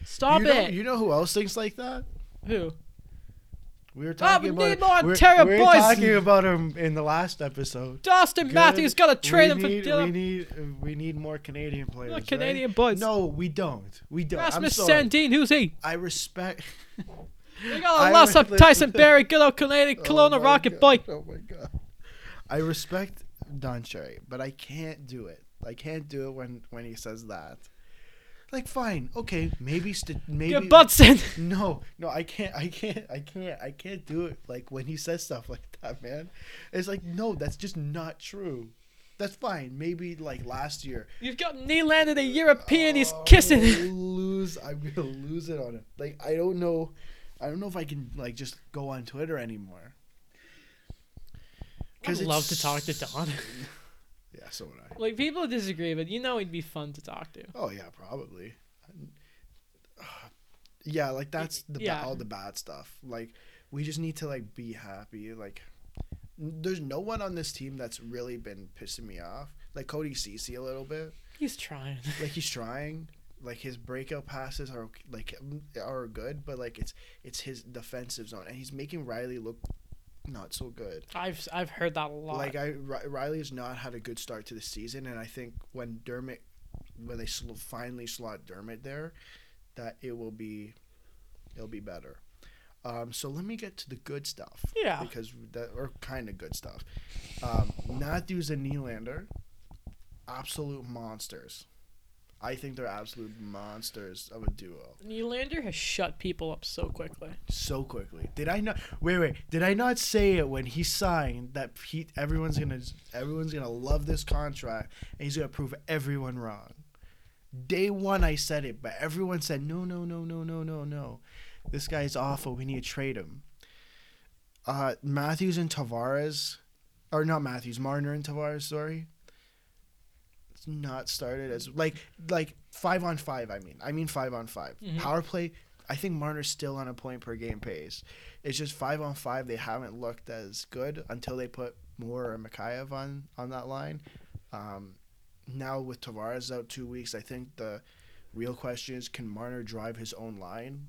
Stop
you know,
it.
You know who else thinks like that?
Who?
We were talking
we need more
about. We're,
Terra
we were
Boyce.
talking about him in the last episode.
Dustin
Good.
Matthews got to trade
we
him for
need, We
Dylan.
need we need more Canadian players.
Not
right?
Canadian boys.
No, we don't. We don't.
Rasmus
I'm sorry.
Sandin, who's he?
I respect. Oh
They
I
got a loss
would
of
listen
Tyson
to-
Berry, good old Canadian Kelowna
my
Rocket
God.
boy.
Oh my god. I respect Don Cherry, but I can't do it. I can't do it when when he says that. Like, fine, okay, maybe st- maybe.
Good Budson.
no, no, I can't, I can't, I can't, I can't do it. Like when he says stuff like that, man, it's like no, that's just not true. That's fine. Maybe like last year,
You've got Nylander, the European, he's
I'm
kissing.
gonna lose. I'm gonna lose it on it. Like I don't know. I don't know if I can like just go on Twitter anymore.
I'd
'Cause
love
it's-
to talk to Don.
Yeah, so would I.
like, people disagree, but you know he'd be fun to talk to.
Oh yeah, probably. Yeah, like that's the
Yeah.
ba- all the bad stuff. Like we just need to like be happy. Like n- there's no one on this team that's really been pissing me off. Like Cody Cece a little bit.
He's trying.
like he's trying like his breakout passes are ok- like um, are good but like it's it's his defensive zone and he's making Riley look not so good
I've I've heard that a lot.
like I Ri- Riley's not had a good start to the season and I think when Dermot when they sl- finally slot Dermot there that it will be it'll be better um, so let me get to the good stuff
Yeah.
because that or kind of good stuff um, Matthews and Nylander absolute monsters I think they're absolute monsters of a duo
Nylander has shut people up so quickly.
so quickly. Did I not? Wait, wait. Did I not say it when he signed that he, everyone's gonna everyone's gonna love this contract and he's gonna prove everyone wrong? Day one, I said it, but everyone said no, no, no, no, no, no, no. This guy's awful. We need to trade him. Uh, Matthews and Tavares, or not Matthews, Marner and Tavares. Sorry. It's Not started as like like five on five. I mean, I mean five on 5
Mhm.
Power play I think Marner's still on a point per game pace. It's just five on five. They haven't looked as good until they put Moore or Mikhaev on on that line. Um, now with Tavares out two weeks, I think the real question is can Marner drive his own line?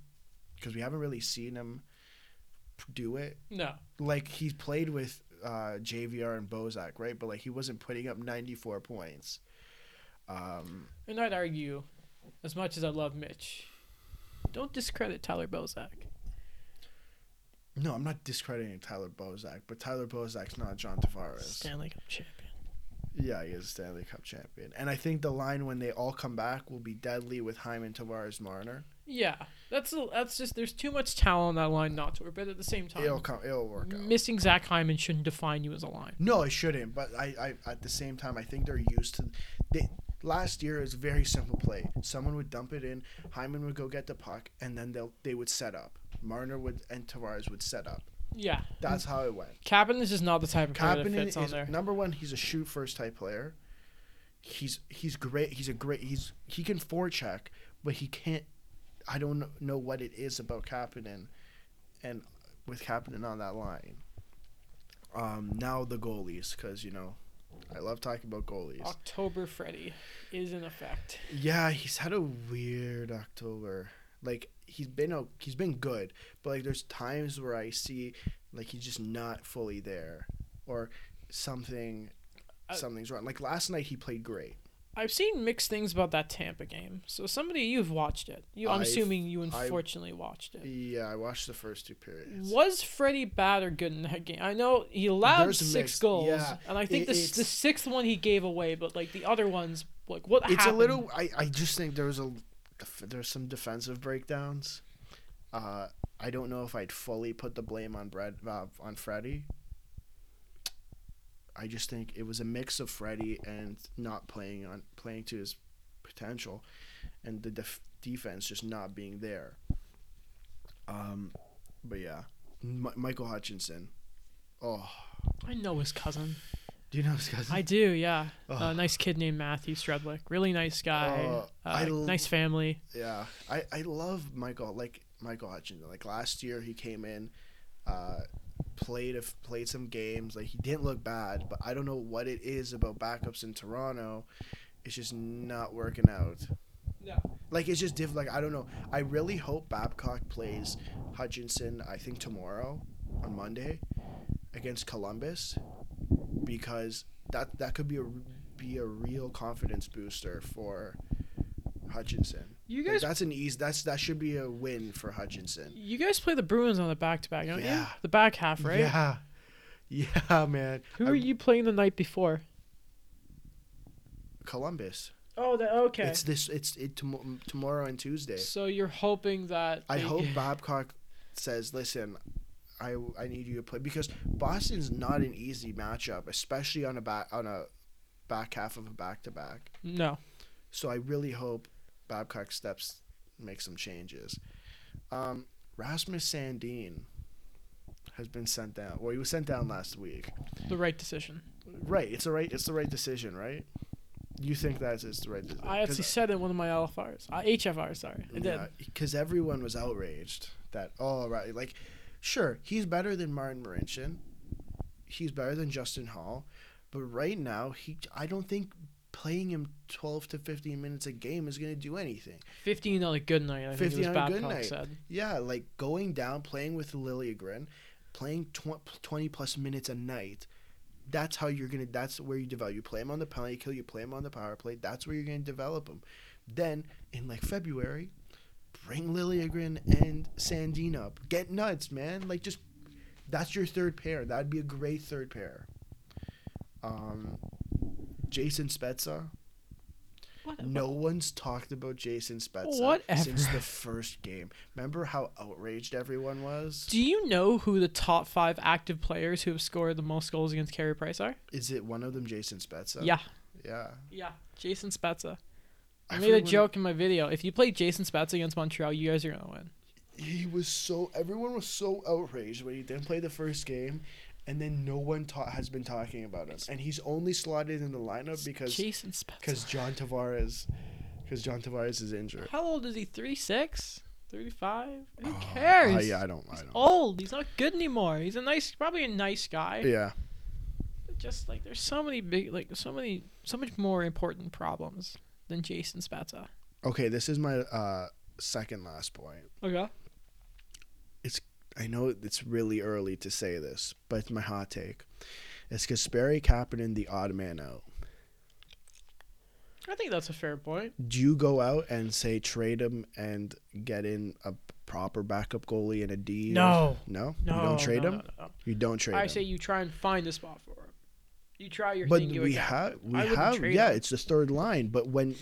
Because we haven't really seen him do it.
No.
Like he played with uh, JVR and Bozak, right? But like he wasn't putting up 94 points. Um,
And I'd argue, as much as I love Mitch, don't discredit Tyler Bozak.
no, I'm not discrediting Tyler Bozak, but Tyler Bozak's not John Tavares.
Stanley Cup champion.
Yeah, he is a Stanley Cup champion. And I think the line when they all come back will be deadly with Hyman, Tavares, Marner.
Yeah, that's a, that's just there's too much talent on that line not to. But at the same
It'll
time,
come. It'll work out.
missing Zach Hyman shouldn't define you as a line.
No, it shouldn't. But I, I, at the same time, I think they're used to. They, last year it was a very simple play. Someone would dump it in. Hyman would go get the puck, and then they'll they would set up. Marner would and Tavares would set up.
Yeah,
That's how it went.
Kapanen is just not the type of player that
Kapanen
fits on
is
there.
number one. He's a shoot first type player. He's he's great. He's a great. He's he can forecheck, but he can't. I don't know what it is about Kapanen, and with Kapanen on that line. Um, now the goalies, because you know, I love talking about goalies.
October Freddy is in effect.
Yeah, he's had a weird October. Like he's been a, he's been good, but like there's times where I see like he's just not fully there, or something,
Uh,
something's wrong. Like last night he played great.
I've seen mixed things about that Tampa game. So somebody you've watched it. You, I'm
I've-
assuming you unfortunately watched it.
Yeah, I watched the first two periods.
Was Freddie bad or good in that game? I know he allowed
There's
six
mixed-
goals,
yeah.
and I think
It-
the s
it's-
the sixth one he gave away, but like the other ones, like what
It's
happened?
a little. I I just think there was a there's some defensive breakdowns. Uh, I don't know if I'd fully put the blame on Brad uh, on Freddie. I just think it was a mix of Freddie and not playing on playing to his potential, and the def- defense just not being there. Um, but yeah, M- Michael Hutchinson. Oh,
I know his cousin.
do you know his cousin?
I do, yeah.
Ugh.
Uh, nice kid named Matthew Stredlick. Really nice guy.
Uh,
Uh,
I l-
nice family.
Yeah, I, I love Michael like Michael Hutchinson. Like last year, he came in, uh, played a, f- played some games. Like he didn't look bad, but I don't know what it is about backups in Toronto. It's just not working out.
No.
Like it's just diff. Like I don't know. I really hope Babcock plays Hutchinson. I think tomorrow on Monday against Columbus because that that could be a r- be a real confidence booster for Hutchinson.
You
Like,
guys,
that's an ease. That's that should be a win for Hutchinson.
you guys play the Bruins on the back to back, don't you?
Yeah.
The back half, right?
Yeah, yeah, man.
Who
I-
were you playing the night before?
Columbus.
Oh, the, okay.
It's this. It's it tom- tomorrow and Tuesday.
So you're hoping that
I
they-
hope Babcock says, "Listen, I I need you to play because Boston's not an easy matchup, especially on a back on a back half of a back to back.
no.
So I really hope Babcock steps makes some changes. Um, Rasmus Sandin has been sent down. Well, he was sent down last week.
The right decision.
Right. It's the right. It's the right decision, right? You think that is the right decision?
I actually said it in one of my LFRs, uh, HFRs. Sorry, I did.
because everyone was outraged that oh right like sure he's better than Martin Marincin, he's better than Justin Hall, but right now he I don't think playing him twelve to fifteen minutes a game is gonna do anything.
Fifteen on a good night. I think it
15
was
on a
Babcock
good night.
said.
Yeah, like going down playing with Liljegren, playing tw- twenty plus minutes a night. That's how you're gonna. That's where you develop. You play him on the penalty kill. You play him on the power play. That's where you're gonna develop him. Then in like February, bring Liljegren and Sandin up. Get nuts, man. Like just that's your third pair. That'd be a great third pair. Um, Jason Spezza.
What?
No one's talked about Jason Spezza since
Whatever.
the first game. Remember how outraged everyone was?
Do you know who the top five active players who have scored the most goals against Carey Price are?
Is it one of them Jason Spezza?
Yeah.
Yeah.
Yeah. Jason Spezza. I made
Everyone-
a joke in my video. If you play Jason Spezza against Montreal, you guys are gonna win.
He was so everyone was so outraged when he didn't play the first game and then no one ta- has been talking about him. And he's only slotted in the lineup because
Jason Spezza.
cuz John Tavares cuz John Tavares is injured.
How old is he? Three six. 35. Who
Oh,
cares?
I, yeah, I don't. I
He's
don't.
old. He's not good anymore. He's a nice, probably a nice guy.
yeah.
But Just like there's so many big, like so many, so much more important problems than Jason Spezza.
Okay, this is my uh, second last point.
Okay.
I know it's really early to say this, but it's my hot take. Is Kasperi Kapanen the odd man out?
I think that's a fair point.
Do you go out and say trade him and get in a proper backup goalie and a D? or-
No.
No?
No.
you don't trade
no,
him?
no, no, no.
You don't trade
I
him.
say you try and find a spot for him. You try your
but
thing. you
we
adapt.
have we
I wouldn't
have
trade
yeah,
him.
it's the third line, but when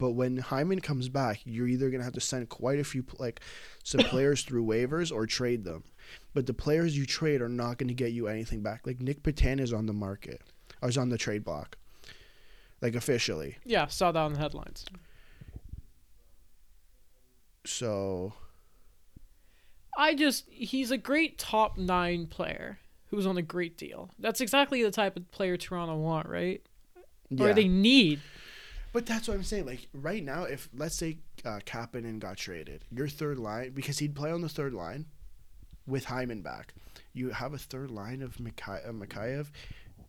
but when Hyman comes back, you're either going to have to send quite a few pl- like some players through waivers or trade them. But the players you trade are not going to get you anything back. Like Nick Patan is on the market. Or is on the trade block. Like officially.
Yeah, saw that on the headlines.
So
I just he's a great top nine player who's on a great deal. That's exactly the type of player Toronto want, right? Or
yeah.
they need.
But that's what I'm saying. Like right now, if let's say uh, Kapanen got traded, your third line because he'd play on the third line with Hyman back. You have a third line of Mikhail, uh, Mikhaev,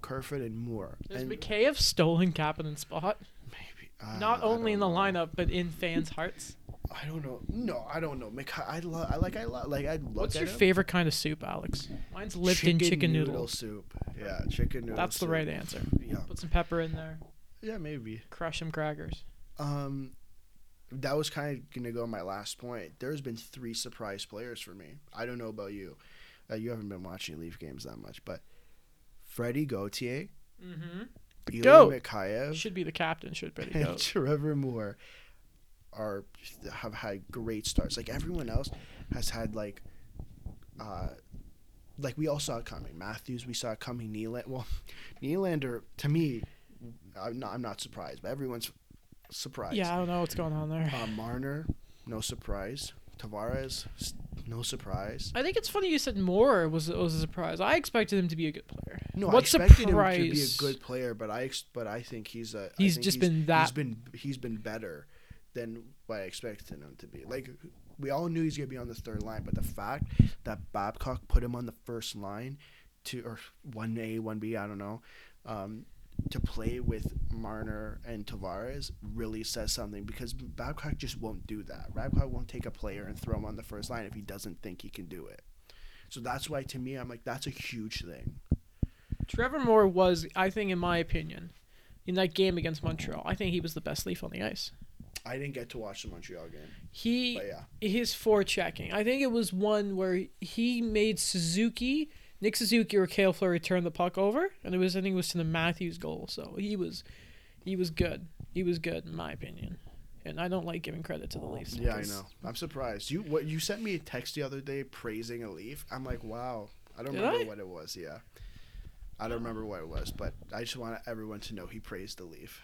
Kerfoot, and Moore.
Is
and
Mikheyev stolen Kapanen's spot?
maybe, uh,
Not
I
only in the
don't know.
lineup, but in fans' hearts.
I don't know. No, I don't know. Mikhail, I love. I like. I love. Like I look
What's
at
your
him.
favorite kind of soup, Alex? Mine's Lipton chicken, noodle.
soup. Yeah, chicken noodle.
That's the
soup.
right answer.
Yeah,
Put some pepper in there.
yeah, maybe.
Crush some crackers.
Um, that was kind of gonna go my last point. There's been three surprise players for me. I don't know about you. Uh, you haven't been watching Leaf games that much, but Freddie Gautier,
Mm-hmm.
Eli
GOAT.
Mikhaev,
Should be the captain. Should be the
and
goat.
Trevor Moore are have had great starts. Like everyone else has had like, uh, like we all saw it coming. Matthews, we saw it coming. Nylander, well, Nylander to me, I'm not, I'm not surprised, but everyone's surprised.
Yeah, I don't know what's going on there.
Uh, Marner, no surprise. Tavares, s- no surprise.
I think it's funny you said Moore was was a surprise. I expected him to be a good player.
No,
what
I expected
surprise?
him to be a good player, but I ex- but I think he's a. I
He's
think
just been that-
He's been he's been better than what I expected him to be. Like we all knew he's gonna be on the third line, but the fact that Babcock put him on the first line to or one A one B I don't know. Um, to play with Marner and Tavares really says something because Babcock just won't do that. Babcock won't take a player and throw him on the first line if he doesn't think he can do it. So that's why, to me, I'm like, that's a huge thing.
Trevor Moore was, I think, in my opinion, in that game against Montreal, I think he was the best leaf on the ice.
I didn't get to watch the Montreal game,
He
but Oh, yeah,
his forechecking. I think it was one where he made Suzuki, Nick Suzuki or Kale Fleury turn the puck over, and it was I think it was to the Matthews goal. So he was, he was good. He was good in my opinion, and I don't like giving credit to the Leafs.
yeah, I
because-
know. I'm surprised. You what you sent me a text the other day praising a leaf. I'm like, wow. I don't
Did
remember
I?
what it was. Yeah, I don't remember what it was, but I just want everyone to know he praised the leaf.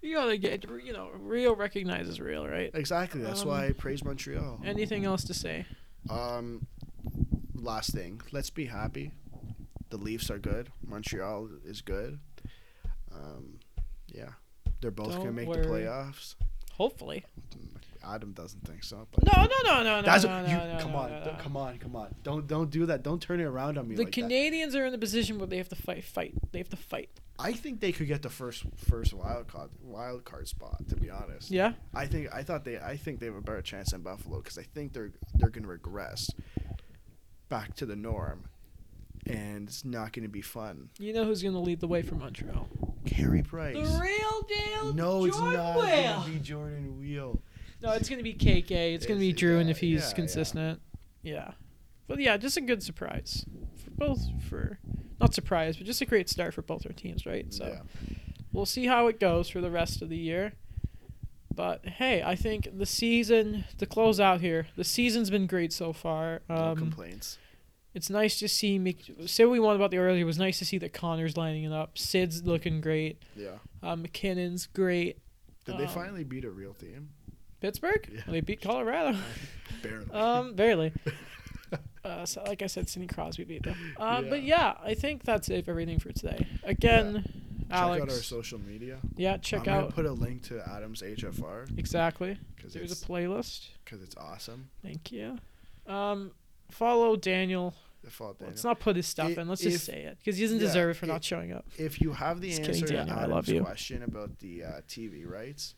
You gotta get you know real recognizes real, right?
Exactly. That's why I
Um,
praise Montreal.
Anything else to say?
Um, last thing. Let's be happy. The Leafs are good. Montreal is good. Um, yeah, they're both gonna
Don't
make the
worry.
playoffs.
Hopefully.
Adam doesn't think so. But
No, no, no, no, no,
That's
no,
you,
no, no,
come
no,
on,
no,
don't-
no.
come on, come on. Don't don't do that. Don't turn it around on me.
The
like that.
Canadians are in a position where they have to fight, fight. They have to fight.
I think they could get the first first wild card wild card spot. To be honest,
Yeah.
I think I thought they I think they have a better chance than Buffalo because I think they're they're going to regress back to the norm, and it's not going to be fun.
You know who's going to lead the way for Montreal?
Carey Price.
real deal.
No, it's not going to be Jordan Wheel.
No, it's going to be KK. It's going to be
It's-
Drew, and
yeah,
if he's
yeah, yeah.
consistent, yeah. But yeah, just a good surprise for both. For not surprise, but just a great start for both our teams, right? So
Yeah.
we'll see how it goes for the rest of the year. But hey, I think the season to close out here. The season's been great so far.
no
Um,
complaints.
it's nice to see. Mc- say what we want about the Oilers, it was nice to see that Connor's lining it up. Sid's looking great.
Yeah.
Uh, McKinnon's great.
Did they
um,
finally beat a real team?
Pittsburgh?
Yeah.
Well, they beat Colorado.
Barely.
um, barely. Uh, so, like I said, Sidney Crosby beat them. Uh, But yeah, I think that's it for everything for today. Again, Alex.
Check out our social media.
yeah, check
I'm
out
gonna put a link to Adam's HFR
exactly.
because
There's a
it's
playlist.
because it's awesome.
Thank you. Um, follow Daniel.
The fault
Let's not put his stuff
I-
in. Let's
if-
just say it because he doesn't
yeah,
deserve it for
i-
not showing up.
If you have the
Just kidding,
answer to
Daniel, I
Adam's
love you.
question about the uh, TV rights,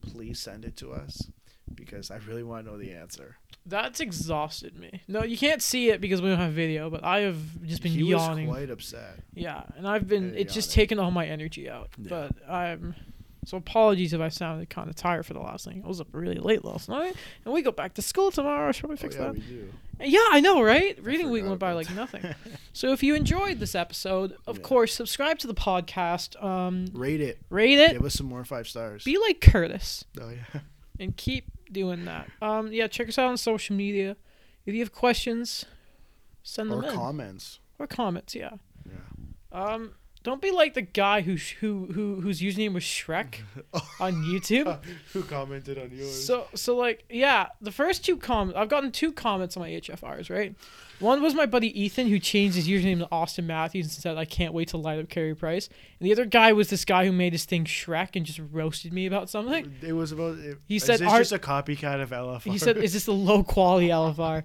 please send it to us because I really want to know the answer.
That's exhausted me. No, you can't see it because we don't have video, but I have just been
he
yawning.
was quite upset.
yeah, and I've been.
Yeah,
It's just
yawning.
taken all my energy out.
Yeah.
But I'm. So apologies if I sounded kind of tired for the last thing. I was up really late last night, and we go back to school tomorrow. I should probably
Oh,
fix
yeah,
that.
we do.
Yeah, I know, right?
I
Reading week
forgot
went by
about
like
that.
nothing. So if you enjoyed this episode, of
Yeah.
course, subscribe to the podcast, um,
Rate it.
rate it,
Give us some more five stars.
be like Curtis,
oh yeah.
and keep doing that. Um, yeah, check us out on social media. If you have questions, send
Or
them in
comments.
or comments. Yeah.
Yeah.
Um, don't be like the guy who sh- who who whose username was Shrek on YouTube.
Who commented on yours?
So so like yeah, the first two comments I've gotten two comments on my HFRs, right? One was my buddy Ethan who changed his username to Austin Matthews and said I can't wait to light up Carey Price. And the other guy was this guy who made his thing Shrek and just roasted me about something.
it was about. It,
He
is
said
this
our-
just a copycat of LFR.
He said, "Is this the low quality LFR?"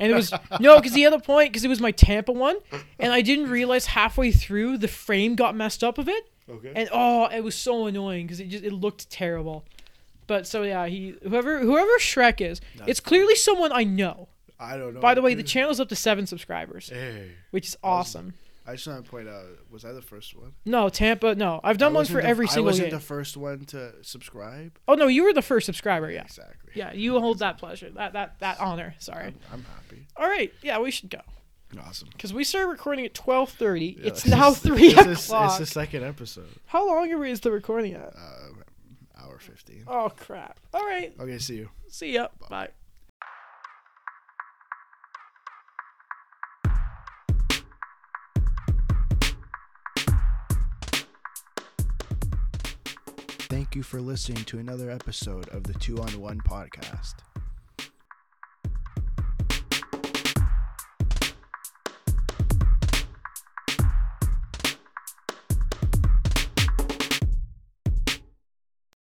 And it was no, because the other point, because it was my Tampa one, and I didn't realize halfway through the frame got messed up of it,
okay.
and oh, it was so annoying because it just it looked terrible. But so yeah, he whoever whoever Shrek is,
That's Oh,
it's clearly someone I know.
I don't know.
By the way, the channel's up to seven subscribers,
Hey,
which is awesome.
I just want to point out. Was I the first one?
No, Tampa, no, I've
I
done one
wasn't
for
the-
every
I
single
wasn't
game.
the first one to subscribe.
oh no, you were the first subscriber. Yeah,
Exactly.
yeah, you hold that pleasure, that that that honor. Sorry.
I'm, I'm happy.
All right, yeah, we should go.
Awesome.
Because we started recording at twelve thirty.
Yeah,
it's now
just-
three
it's just-
o'clock.
it's the second episode.
How long are we is the recording at?
Uh, hour fifteen.
Oh crap! All right,
Okay, see you.
see ya. Bye.
Thank you for listening to another episode of the Two on One podcast.